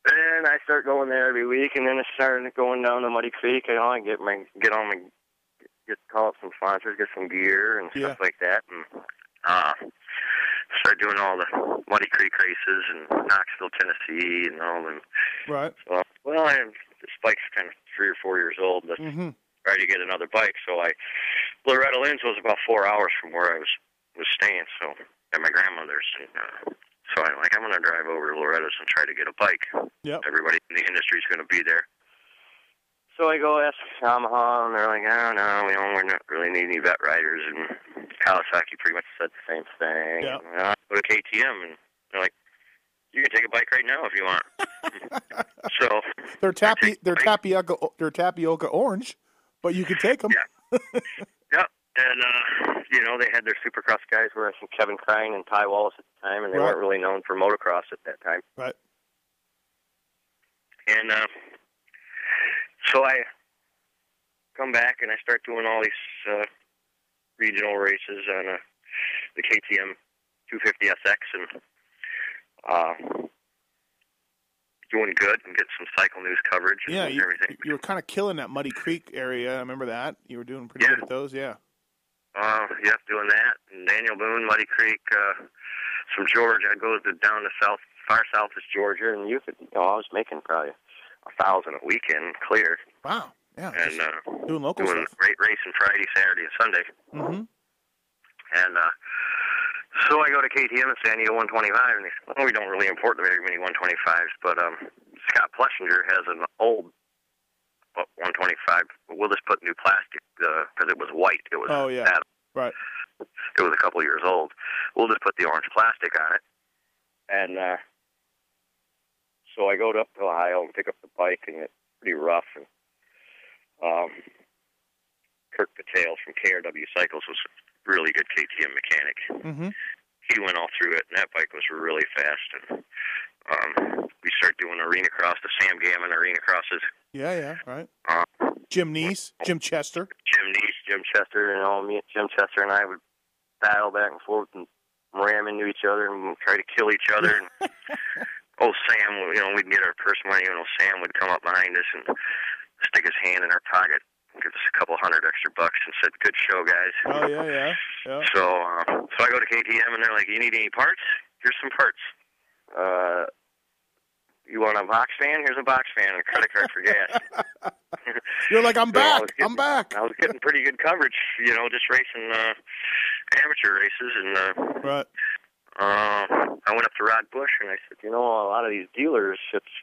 E: And I start going there every week, and then I started going down to Muddy Creek. You know, I get my get on my get call up some sponsors, get some gear and stuff like that, and uh, start doing all the Muddy Creek races in Knoxville, Tennessee, and all them.
D: Right.
E: So, well, I this bike's kind of three or four years old. Let's
D: Mm-hmm.
E: try to get another bike. So I Loretta Lynn's was about four hours from where I was was staying, so at my grandmother's. And, uh, so I'm like, I'm gonna drive over to Loretta's and try to get a bike
D: Yep.
E: everybody in the industry's going to be there. So I go ask Yamaha, and they're like, "Oh no, we don't. We're not really need any vet riders." And Kawasaki pretty much said the same thing.
D: Yeah.
E: And I go to KTM, and they're like, "You can take a bike right now if you want." so
D: They're tapi they're tapioca they're tapioca orange, but you can take them.
E: Yeah. Yep. And uh, you know, they had their supercross guys were I think Kevin Crane and Ty Wallace at the time and they
D: Right.
E: weren't really known for motocross at that time.
D: Right.
E: And uh, so I come back and I start doing all these uh, regional races on uh, the KTM 250SX and uh, doing good and get some cycle news coverage and
D: Yeah, you,
E: everything.
D: you were kind of killing that Muddy Creek area. I remember that. You were doing pretty
E: Yeah.
D: good at those. Yeah.
E: Uh, yep, doing that. And Daniel Boone, Muddy Creek, uh, from Georgia. I go to down to south, far south is Georgia, and you could, you know, I was making probably a thousand a weekend clear,
D: Wow. Yeah.
E: and uh,
D: doing local
E: doing
D: stuff.
E: great racing Friday, Saturday, and Sunday.
D: Mm-hmm.
E: And uh, so I go to KTM and say I need a 125, and they say, well, we don't really import very many 125s, but um, Scott Plessinger has an old. uh, 125. We'll just put new plastic because it was white. It was
D: Oh, yeah.
E: that
D: Right.
E: it was a couple years old. We'll just put the orange plastic on it. And uh, so I go up to Ohio and pick up the bike, and it's pretty rough. And um, Kirk Patel from KRW Cycles was a really good KTM mechanic.
D: Mm-hmm.
E: He went all through it, and that bike was really fast. And um, we start doing arena cross, the Sam Gammon arena crosses.
D: Yeah. Yeah. Right.
E: Uh,
D: Jim Neese, Jim Chester.
E: Jim Neese, Jim Chester, and all me, Jim Chester and I would battle back and forth and ram into each other and try to kill each other. And old Sam, you know, we'd get our purse money, and old Sam would come up behind us and stick his hand in our pocket, give us a couple hundred extra bucks, and said, "Good show, guys."
D: Oh yeah. Yeah. Yeah.
E: So, um, so I go to KTM and they're like, "You need any parts? Here's some parts. Uh, you want a box fan? Here's a box fan and a credit card for gas."
D: You're like I'm
E: So I
D: back.
E: was
D: I'm
E: getting-
D: back.
E: I was getting pretty good coverage, you know, just racing uh, amateur races, and uh,
D: Right.
E: uh, I went up to Rod Bush and I said, you know, a lot of these dealers,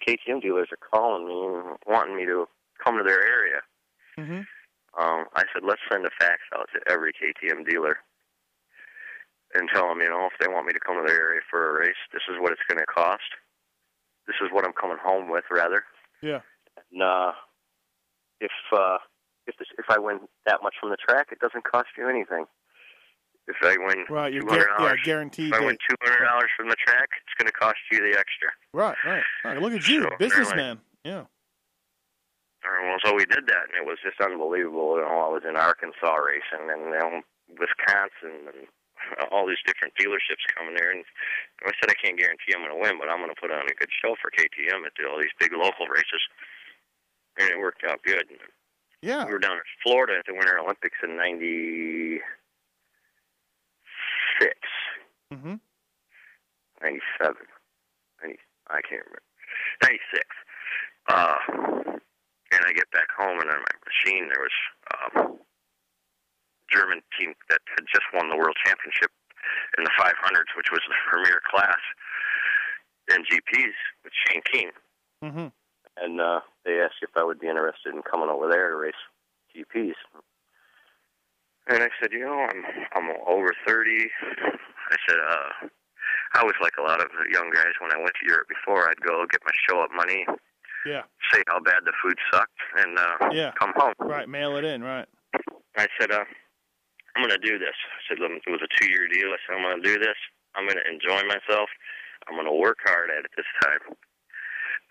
E: KTM dealers, are calling me and wanting me to come to their area.
D: Mm-hmm.
E: Um, I said, let's send a fax out to every KTM dealer and tell them, you know, if they want me to come to their area for a race, this is what it's going to cost. This is what I'm coming home with, rather.
D: Yeah.
E: And uh, if uh, if this, if I win that much from the track, it doesn't cost you anything. If I win
D: Right, you're
E: two
D: guar-
E: hundred
D: yeah,
E: dollars,
D: guaranteed
E: If I win
D: that-
E: two hundred dollars from the track, it's going to cost you the extra.
D: Right, right. right. Look at
E: So,
D: you,
E: they're like-
D: businessman. Yeah.
E: Or, Well, so we did that, and it was just unbelievable. You know, I was in Arkansas racing, and then Wisconsin, and all these different dealerships coming there. And I said, I can't guarantee I'm going to win, but I'm going to put on a good show for KTM at all these big local races. And it worked out good. And
D: Yeah.
E: we were down in Florida at the Winter Olympics in '96,
D: Mm-hmm.
E: '97, I can't remember. '96. Uh, and I get back home, and on my machine there was um, German team that had just won the world championship in the 500s, which was the premier class in GPs with Shane King.
D: Mm-hmm.
E: and uh, they asked if I would be interested in coming over there to race GPs. And I said, you know, I'm I'm over 30. I said, uh, I was like a lot of the young guys when I went to Europe before. I'd go get my show up money,
D: Yeah.
E: say how bad the food sucked, and uh,
D: Yeah.
E: come home.
D: Right. Mail it in. Right.
E: I said, uh, I'm going to do this. I said, it was a two year deal. I said, I'm going to do this. I'm going to enjoy myself. I'm going to work hard at it this time.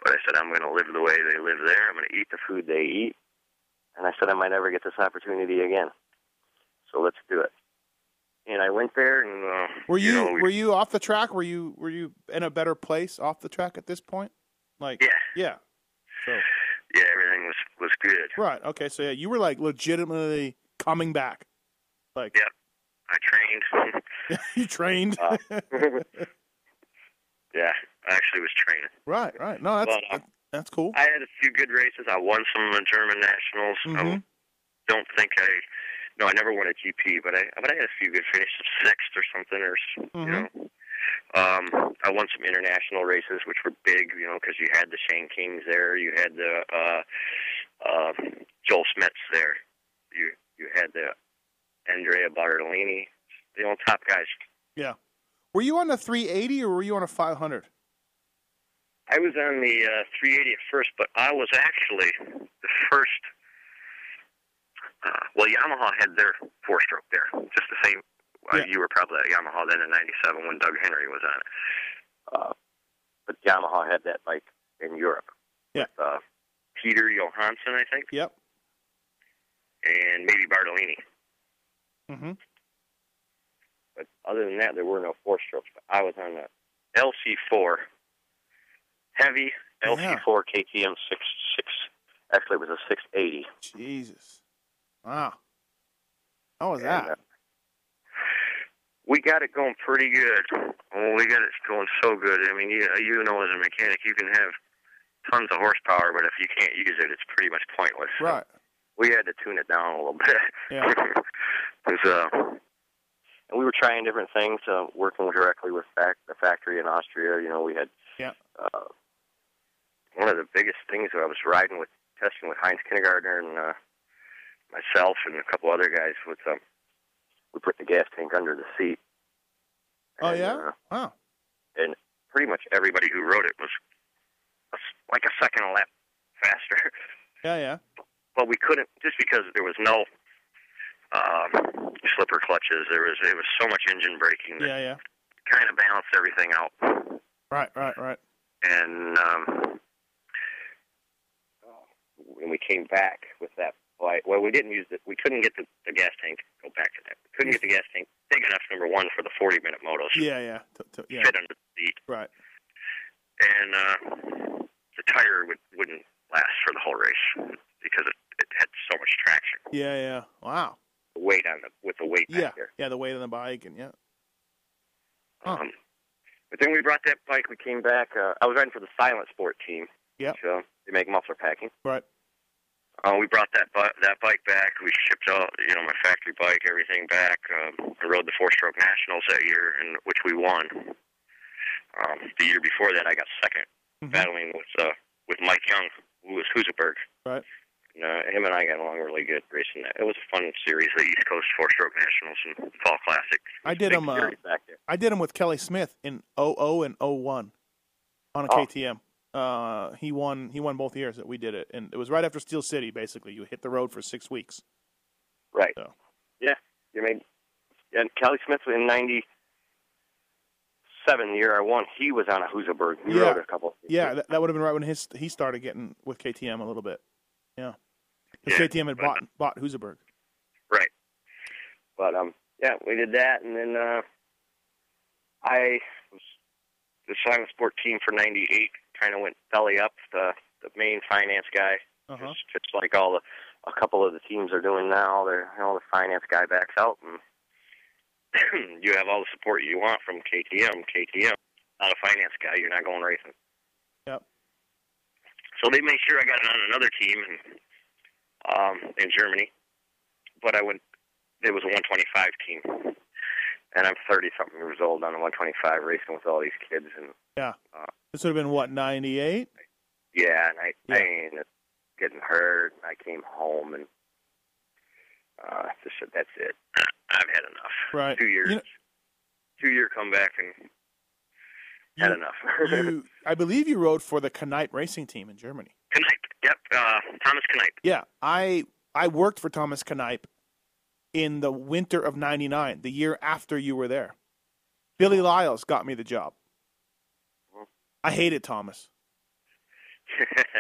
E: But I said, I'm going to live the way they live there. I'm going to eat the food they eat. And I said, I might never get this opportunity again. So let's do it. And I went there and. Uh,
D: Were you,
E: know, we-
D: were you off the track? Were you were you in a better place off the track at this point? Like
E: Yeah.
D: yeah. So
E: Yeah, everything was, was good.
D: right. Okay. So yeah, you were like legitimately coming back. Like
E: I trained.
D: you trained.
E: Uh, yeah, I actually was training.
D: right. Right. No, that's
E: but, uh,
D: that's cool.
E: I had a few good races. I won some of the German nationals.
D: Mhm.
E: I don't think I, no, I never won a GP, but I, but I had a few good finishes, sixth or something, or s
D: Mm-hmm.
E: you know. Um, I won some international races, which were big, you know, because you had the Shane Kings there, you had the uh, uh, Joel Smits there, you you had the Andrea Bartolini, the all top guys.
D: Were you on a 380 or were you on a 500?
E: I was on the uh, 380 at first, but I was actually the first. Uh, well, Yamaha had their four stroke there, just the same. Uh,
D: Yeah.
E: You were probably at Yamaha then in '97 when Doug Henry was on it. Uh, but Yamaha had that bike in Europe.
D: Yeah.
E: With, uh, Peter Johansson, I think,
D: Yep.
E: and maybe Bartolini.
D: Mm-hmm.
E: But other than that, there were no four strokes. But I was on the LC4, heavy
D: Yeah.
E: LC4 KTM 6 6. Actually, it was a 680.
D: Jesus. Wow. How was
E: And,
D: that?
E: uh, we got it going pretty good. Oh, we got it going so good. I mean, you, you know, as a mechanic, you can have tons of horsepower, but if you can't use it, it's pretty much pointless. So
D: right.
E: we had to tune it down a little bit.
D: Yeah.
E: It was, uh, and we were trying different things, uh, working directly with fac- the factory in Austria. You know, we had
D: Yeah.
E: uh, one of the biggest things that I was riding with, testing with Heinz Kindergartner and uh, myself and a couple other guys with um, we put the gas tank under the seat.
D: Oh,
E: And,
D: yeah?
E: uh,
D: Wow.
E: and pretty much everybody who rode it was a s- like a second a lap faster.
D: Yeah, yeah.
E: but we couldn't just because there was no um, slipper clutches. There was it was so much engine braking that
D: Yeah, yeah.
E: kind of balanced everything out.
D: Right, right, right.
E: And um, when we came back with that flight, well, we didn't use it. We couldn't get the, the gas tank. Go back to that. We couldn't get the gas tank big enough. Number one for the forty-minute motos
D: Yeah, yeah. T- t- yeah.
E: fit under the seat,
D: Right.
E: and uh, the tire would, wouldn't last for the whole race because it, it had so much traction.
D: Yeah, yeah. Wow.
E: The weight on the with the weight
D: Yeah.
E: back there.
D: Yeah, the weight on the bike and yeah. Huh.
E: Um, but then we brought that bike. We came back. Uh, I was riding for the Silent Sport team.
D: Yep.
E: So they make muffler packing.
D: Right.
E: Uh, we brought that bu- that bike back. We shipped all you know my factory bike, everything back. Um, I rode the four stroke nationals that year, and which we won. Um, the year before that, I got 2nd
D: Mhm.
E: battling with uh, with Mike Young, who was Huseberg.
D: Right.
E: uh, him and I got along really good racing. That. It was a fun series, the East Coast Four Stroke Nationals and Fall Classic.
D: I did
E: Big
D: them. Uh,
E: series back there.
D: I did them with Kelly Smith in 00 and 01 on a
E: Oh.
D: KTM. Uh, he won. He won both years that we did it, and it was right after Steel City. Basically, you hit the road for six weeks.
E: Right.
D: So.
E: Yeah, you made. And Kelly Smith in '97, the year I won, he was on a Husaberg. He
D: Yeah.
E: rode a couple.
D: Yeah, that, that would have been right when his he started getting with KTM a little bit. Yeah, 'Cause
E: Yeah,
D: KTM had
E: but-
D: bought bought Husaberg.
E: Right. But um, yeah, we did that, and then uh, I was the silent sport team for '98. Kind of went belly up. The the main finance guy,
D: Uh-huh.
E: just, just like all the a couple of the teams are doing now. They're all the finance guy backs out, and you have all the support you want from KTM. KTM, not a finance guy, you're not going racing.
D: Yep.
E: So they made sure I got on another team in, um, in Germany, but I went. It was a 125 team, and I'm 30 something years old on a 125 racing with all these kids, and
D: This would have been what ninety eight.
E: yeah, and I, I
D: Yeah.
E: ended up getting hurt. And I came home and uh, just said, "That's it. I've had enough."
D: Right.
E: Two years.
D: You know-
E: two year comeback and had enough.
D: you, I believe you rode for the Knipe racing team in Germany.
E: Knipe. Yep. Uh, Thomas Knipe.
D: Yeah, I I worked for Thomas Knipe in the winter of '99, the year after you were there. Billy Lyles got me the job.
E: Mm-hmm.
D: I hated Thomas.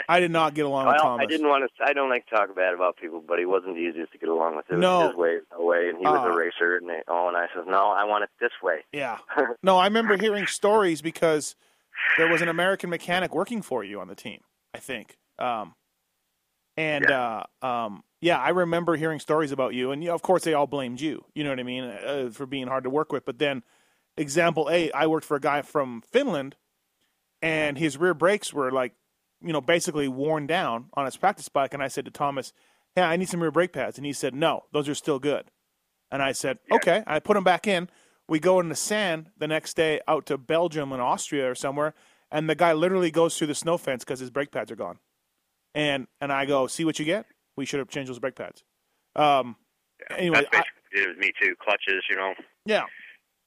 D: I did not get along with
E: well,
D: Oh, Thomas.
E: I didn't want to. I don't like to talk bad about people, but he wasn't the easiest to get along with. It was
D: No.
E: his way, no way, and he was
D: Ah.
E: a racer. And they, oh, and I says, "No, I want it this way."
D: Yeah. No, I remember hearing stories because there was an American mechanic working for you on the team, I think. Um, and uh, um, yeah, I remember hearing stories about you, and you know, of course they all blamed you. You know what I mean uh, for being hard to work with. But then, example A, I worked for a guy from Finland, and his rear brakes were like, you know, basically worn down on his practice bike. And I said to Thomas, "Hey, I need some rear brake pads," and he said, "No, those are still good." And I said, okay. I put them back in. We go in the sand the next day out to Belgium and Austria or somewhere, and the guy literally goes through the snow fence because his brake pads are gone. And and I go, see what you get. We should have changed those brake pads. Um, anyway,
E: That's
D: I,
E: basically it was me too. Clutches, you know,
D: yeah,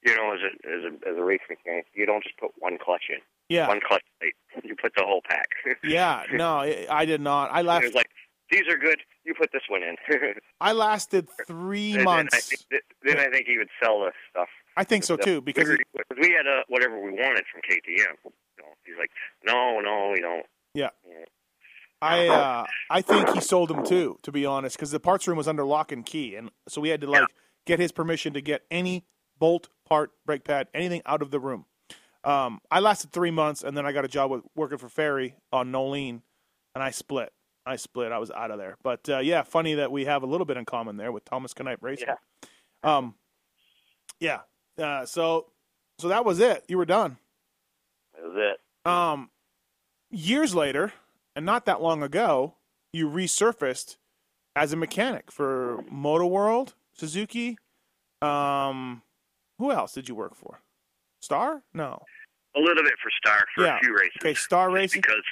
E: you know, as a as a as a race mechanic, you don't just put one clutch in,
D: yeah,
E: one clutch plate. You put the whole pack.
D: yeah. No, I, I did not. I
E: it was
D: left.
E: like these are good. You put this one in.
D: I lasted three
E: And then I
D: months.
E: think, then I think he would sell us stuff
D: I think so too because
E: we, were- we had uh, whatever we wanted from KTM. You know, he's like, no, no, we don't.
D: I uh, I think he sold them too, to be honest, because the parts room was under lock and key, and so we had to like get his permission to get any bolt, part, brake pad, anything out of the room. Um, I lasted three months, and then I got a job with working for Ferry on Nolene, and I split. I split. I was out of there. But uh, yeah, funny that we have a little bit in common there with Thomas Knight Racing. Yeah. Um, yeah. Uh, so so that was it. You were done
E: That was it.
D: um, years later, and not that long ago, you resurfaced as a mechanic for Motor World, Suzuki. Um, who else did you work for? Star? No.
E: A little bit for Star for
D: Yeah.
E: a few races.
D: Okay, Star
E: Just
D: Racing.
E: because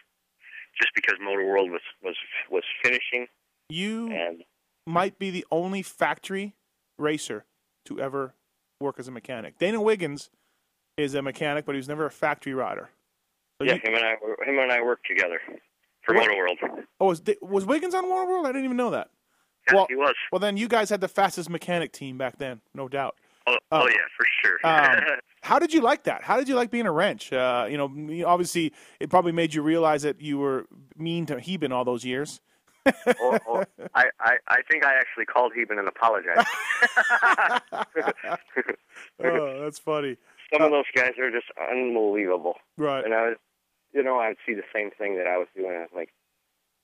E: just because Motor World was was was finishing
D: You
E: and
D: might be the only factory racer to ever work as a mechanic. Dana Wiggins is a mechanic, but he was never a factory rider. So
E: yeah,
D: you-
E: him and I were- him and I worked together for
D: What?
E: Motor World.
D: oh, was, Di- was Wiggins on Motor World? I didn't even know that.
E: Yeah,
D: Well-
E: he was.
D: Well, then you guys had the fastest mechanic team back then, no doubt.
E: Oh, oh yeah, for sure.
D: um, How did you like that? How did you like being a wrench? Uh, you know, m- obviously, it probably made you realize that you were mean to Heben all those years.
E: oh, oh, I, I I think I actually called Heben and apologized.
D: Oh, that's funny.
E: Some of those guys are just unbelievable.
D: Right.
E: and I was, you know, I'd see the same thing that I was doing. I was like,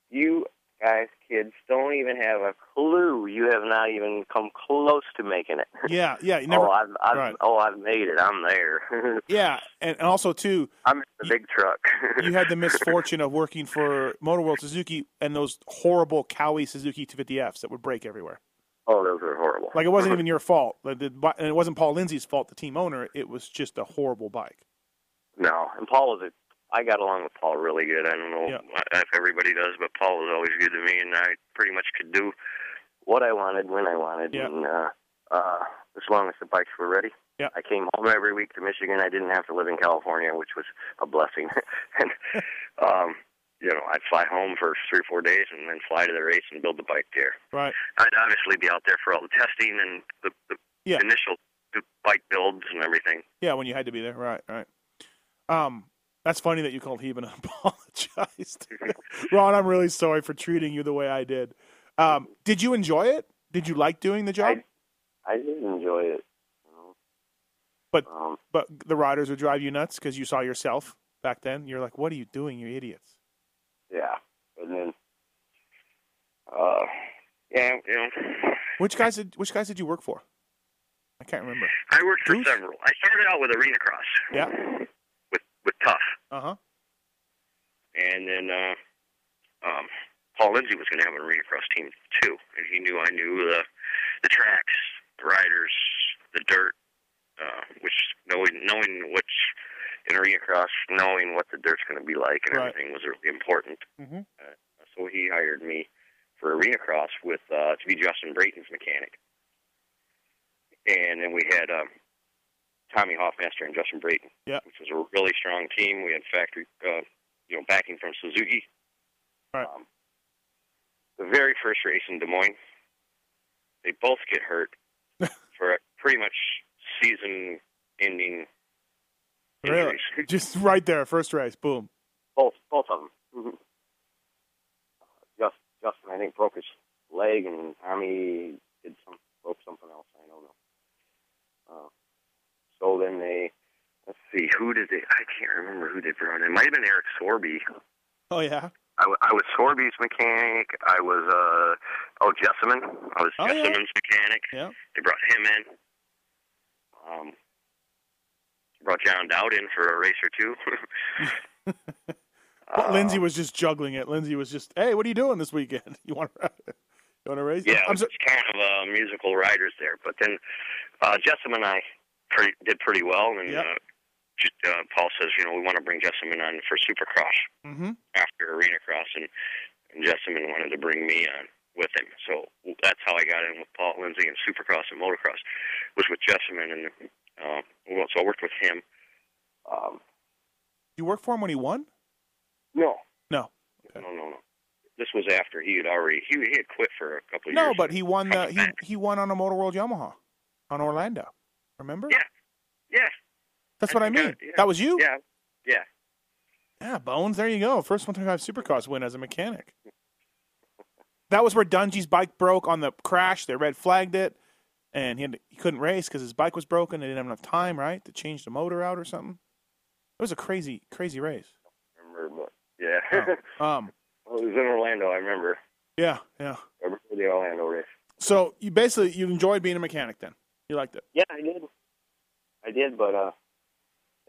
E: you guys, kids, don't even have a clue. You have not even come close to making it.
D: Yeah, yeah. You never.
E: oh, I've, I've,
D: right.
E: oh, I've made it. I'm there.
D: yeah, and, and also too,
E: I'm in the big truck.
D: you had the misfortune of working for Motor World Suzuki and those horrible Cowie Suzuki 250Fs that would break everywhere.
E: oh, those are horrible.
D: Like it wasn't even your fault, Like, the bi- and it wasn't Paul Lindsay's fault, the team owner. It was just a horrible bike.
E: no, and Paul was a I got along with Paul really good. I don't know
D: Yeah.
E: if everybody does, but Paul was always good to me, and I pretty much could do what I wanted when I wanted,
D: Yeah.
E: and uh, uh, as long as the bikes were ready.
D: Yeah.
E: I came home every week to Michigan. I didn't have to live in California, which was a blessing. and um, you know, I'd fly home for three or four days, and then fly to the race and build the bike there.
D: Right.
E: I'd obviously be out there for all the testing and the, the
D: Yeah.
E: initial bike builds and everything.
D: Yeah, when you had to be there. Right, right. Um, that's funny that you called Heben and apologized. Ron, I'm really sorry for treating you the way I did. Um, did you enjoy it? Did you like doing the job?
E: I- I did enjoy it. you know.
D: But-
E: um,
D: but the riders would drive you nuts because you saw yourself back then. You're like, what are you doing, you idiots?
E: yeah, and then uh, yeah, you know,
D: Which guys did Which guys did you work for? I can't remember.
E: I worked for
D: Oof.
E: several. I started out with Arena Cross.
D: Yeah.
E: With with Tough,
D: Uh huh.
E: and then uh, um, Paul Lindsay was going to have an Arena Cross team too, and he knew I knew the the tracks, the riders, the dirt, uh, which knowing knowing what's in Arena Cross, knowing what the dirt's going to be like and
D: Right.
E: everything was really important.
D: Mhm.
E: Uh, so he hired me for arena cross with uh, to be Justin Brayton's mechanic, and then we had um, Tommy Hoffmaster and Justin Brayton,
D: Yeah.
E: which was a really strong team. We had factory, uh, you know, backing from Suzuki.
D: Right.
E: Um, the very first race in Des Moines, they both get hurt for a pretty much season-ending
D: Really?
E: injuries.
D: Just right there, first race, boom.
E: Both, both of them. Mm-hmm. Just, Justin, I think broke his leg, and Tommy did some broke something else. I don't know. Uh, so then they, let's see, who did they? I can't remember who they brought in. It might have been Eric Sorby.
D: Oh yeah.
E: I, w- I was Sorby's mechanic. I was uh oh Jessamine. I was
D: Oh, yeah.
E: Jessamine's mechanic.
D: Yeah.
E: They brought him in. Um, brought John Dowd in for a race or two.
D: But
E: Uh,
D: Lindsay was just juggling it. Lindsay was just, hey, what are you doing this weekend? You want to, you want to race?
E: Yeah,
D: I'm
E: it was kind of uh, musical riders there. But then uh, Jessamine and I pretty, did pretty well, and
D: Yep.
E: uh, just, uh, Paul says, you know, we want to bring Jessamine on for Supercross
D: hmm
E: after Arena Cross, and, and Jessamine wanted to bring me on with him. So that's how I got in with Paul Lindsay and Supercross and Motocross was with Jessamine, and uh, well, so I worked with him. Um,
D: You work for him when he won?
E: no,
D: No.
E: no, no, no. This was after he had already he, he had quit for a couple of
D: No,
E: years.
D: but he won the he he won on a Motor World Yamaha on Orlando. Remember?
E: Yeah. yeah,
D: That's what I
E: I think
D: mean.
E: I- yeah.
D: That was you?
E: yeah, yeah.
D: Yeah, Bones, there you go. First 125 Supercross win as a mechanic. That was where Dungy's bike broke on the crash. They red flagged it, and he, had to- he couldn't race because his bike was broken. They didn't have enough time, right, to change the motor out or something. It was a crazy, crazy race.
E: remember, but yeah,
D: Um,
E: well, it was in Orlando. I remember.
D: yeah, yeah.
E: I remember the Orlando race.
D: So you basically you enjoyed being a mechanic then. You liked it.
E: Yeah, I did. I did, but uh,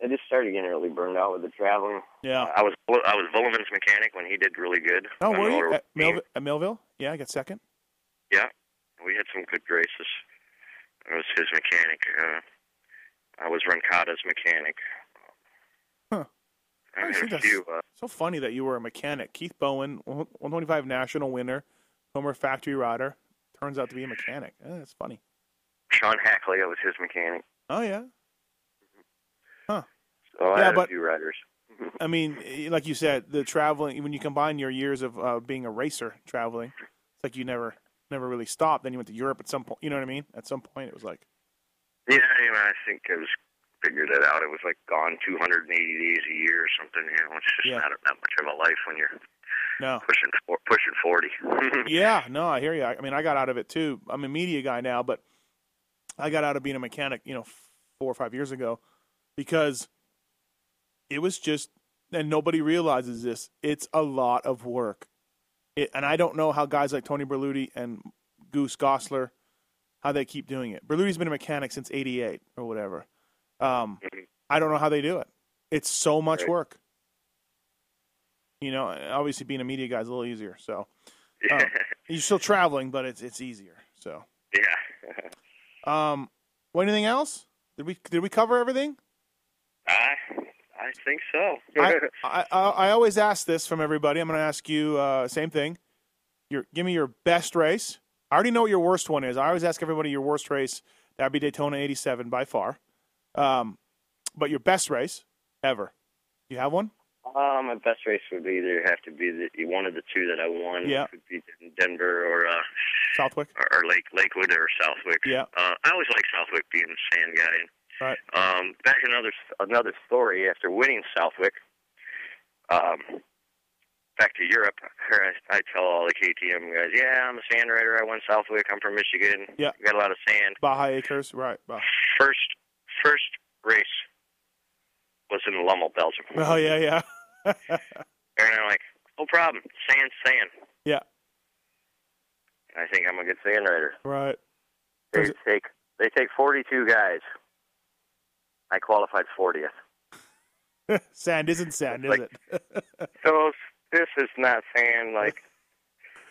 E: I just started getting really burned out with the traveling.
D: Yeah.
E: I was I was Villeman's mechanic when he did really good.
D: Oh,
E: on
D: were
E: the
D: you
E: motor
D: at,
E: team.
D: Melvi- at Millville? Yeah, I got second.
E: Yeah, we had some good races. I was his mechanic. Uh, I was Rancada's mechanic.
D: Huh.
E: I
D: I
E: had
D: see
E: a
D: that's-
E: few. Uh,
D: So funny that you were a mechanic. Keith Bowen, 125 national winner, former factory rider, turns out to be a mechanic. Eh, that's funny.
E: Sean Hackley, I was his mechanic.
D: Oh yeah.
E: So I
D: Yeah,
E: had
D: but-
E: a few riders.
D: I mean, eh, like you said, the traveling when you combine your years of uh, being a racer traveling, it's like you never never really stopped. Then you went to Europe at some point. You know what I mean? At some point, it was like,
E: Yeah, anyway, I think I was figured it out. It was like gone 280 days a year or something. You know, it's just
D: Yeah.
E: not that much of a life when you're
D: no.
E: pushing for, pushing 40.
D: Yeah, no, I hear you. I I mean, I got out of it too. I'm a media guy now, but I got out of being a mechanic, you know, f- four or five years ago because it was just, and nobody realizes this, it's a lot of work. It, and I don't know how guys like Tony Berluti and Goose Gosler, how they keep doing it. Berluti's been a mechanic since 88 or whatever. Um,
E: Mhm.
D: I don't know how they do it. It's so much
E: Right.
D: work. You know, obviously being a media guy is a little easier. So,
E: yeah.
D: you're still traveling, but it's it's easier. So,
E: yeah.
D: um, well, anything else? Did we did we cover everything?
E: I I I think so.
D: I, I, I I always ask this from everybody. I'm going to ask you uh, same thing. Your give me your best race. I already know what your worst one is. I always ask everybody your worst race. That'd be Daytona '87 by far. Um, but your best race ever. You have one?
E: Uh, my best race would either have to be the, one of the two that I won.
D: Yeah.
E: It would be Den- Denver or uh,
D: Southwick.
E: or- or Lake Lakewood or Southwick.
D: Yeah.
E: Uh, I always like Southwick being the sand guy.
D: Right.
E: Um, back another another story. After winning Southwick, um, back to Europe, I, I tell all the KTM guys, "Yeah, I'm a sand rider. I won Southwick. I'm from Michigan.
D: Yeah.
E: We got a lot of sand."
D: Baja Acres. Right. Baja.
E: First first race was in Lommel, Belgium.
D: Oh yeah, yeah.
E: And I'm like, no problem. Sand, sand.
D: Yeah.
E: I think I'm a good sand rider.
D: Right.
E: They
D: Does it-
E: take they take 42 guys. I qualified 40th.
D: Sand isn't sand, is
E: Like-
D: it?
E: So this is not sand. Like,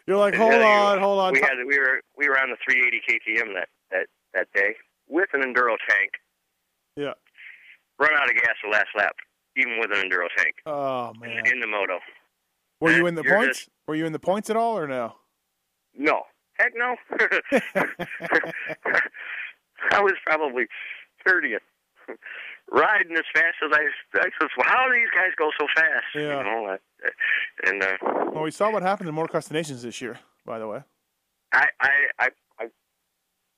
D: You're like, hold on, hold on.
E: We had we were we were on the 380 KTM that that that day with an enduro tank.
D: Yeah.
E: Run out of gas the last lap, even with an enduro tank
D: Oh man.
E: in the moto.
D: Were you in the
E: You're
D: points? Were you in the points at all or no?
E: No, heck no. I was probably 30th. Riding as fast as I, I said, well, how do these guys go so fast?
D: Yeah.
E: You know, I, and uh,
D: Well, we saw what happened in Motocross the Nations this year, by the way.
E: I, I, I, I,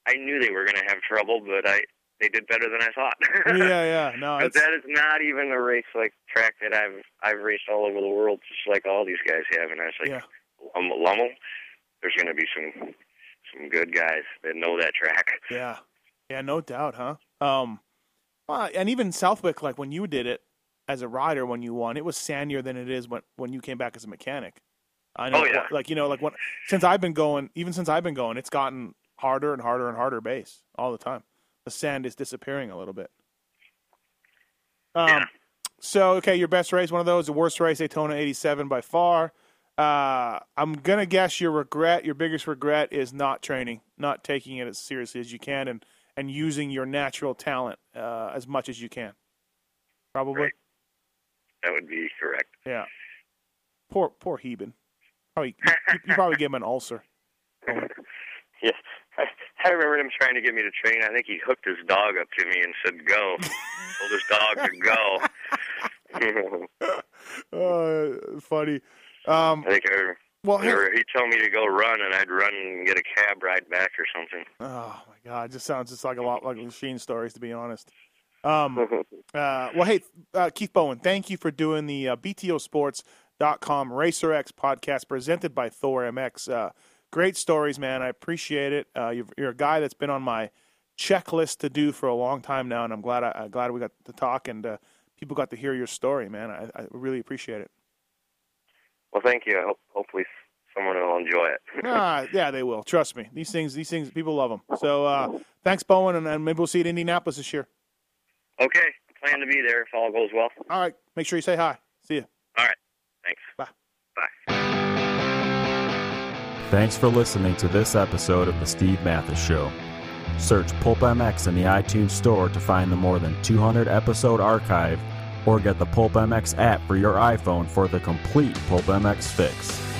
E: I knew they were going to have trouble, but I they did better than I thought.
D: Yeah, yeah. No,
E: But
D: it's,
E: that is not even a race like track that I've I've raced all over the world, just like all these guys have. And I was like,
D: yeah.
E: Lum- Lummel, there's going to be some some good guys that know that track.
D: Yeah. Yeah, no doubt, huh? Um well, and even Southwick, like when you did it as a rider when you won, it was sandier than it is when when you came back as a mechanic. I know
E: Oh, yeah.
D: like you know, like when since I've been going even since I've been going, it's gotten harder and harder and harder base all the time. The sand is disappearing a little bit. Um
E: Yeah.
D: so okay, your best race, one of those, the worst race, Daytona eighty seven by far. Uh, I'm gonna guess your regret, your biggest regret, is not training, not taking it as seriously as you can, and and using your natural talent uh, as much as you can. Probably,
E: Right. That would be correct.
D: yeah. Poor poor Heben. Probably you, you probably gave him an ulcer.
E: Yes. I, I remember him trying to get me to train. I think he hooked his dog up to me and said, "Go." Told his dog to go.
D: Uh, funny. Um,
E: I think I remember.
D: well, hey-
E: Or he'd tell me to go run, and I'd run and get a cab ride back or something.
D: oh my god, it just sounds just like a lot like Lachine stories, to be honest. Um, Uh, well, hey, uh, Keith Bowen, thank you for doing the uh, BTOsports.com Racer X podcast presented by Thor MX. Uh, great stories, man. I appreciate it. Uh, you're, you're a guy that's been on my checklist to do for a long time now, and I'm glad I, I'm glad we got to talk and uh, people got to hear your story, man. I, I really appreciate it.
E: well, thank you. I hope, hopefully, someone will enjoy it.
D: Ah, yeah, they will. Trust me. These things, these things, people love them. So uh, thanks, Bowen, and, and maybe we'll see you in Indianapolis this year.
E: okay, plan to be there if all goes well.
D: All right, make sure you say hi. See you.
E: All right, thanks.
D: Bye.
E: Bye.
H: Thanks for listening to this episode of The Steve Mathis Show. Search Pulp MX in the iTunes Store to find the more than 200 episode archive or get the Pulp MX app for your iPhone for the complete Pulp MX fix.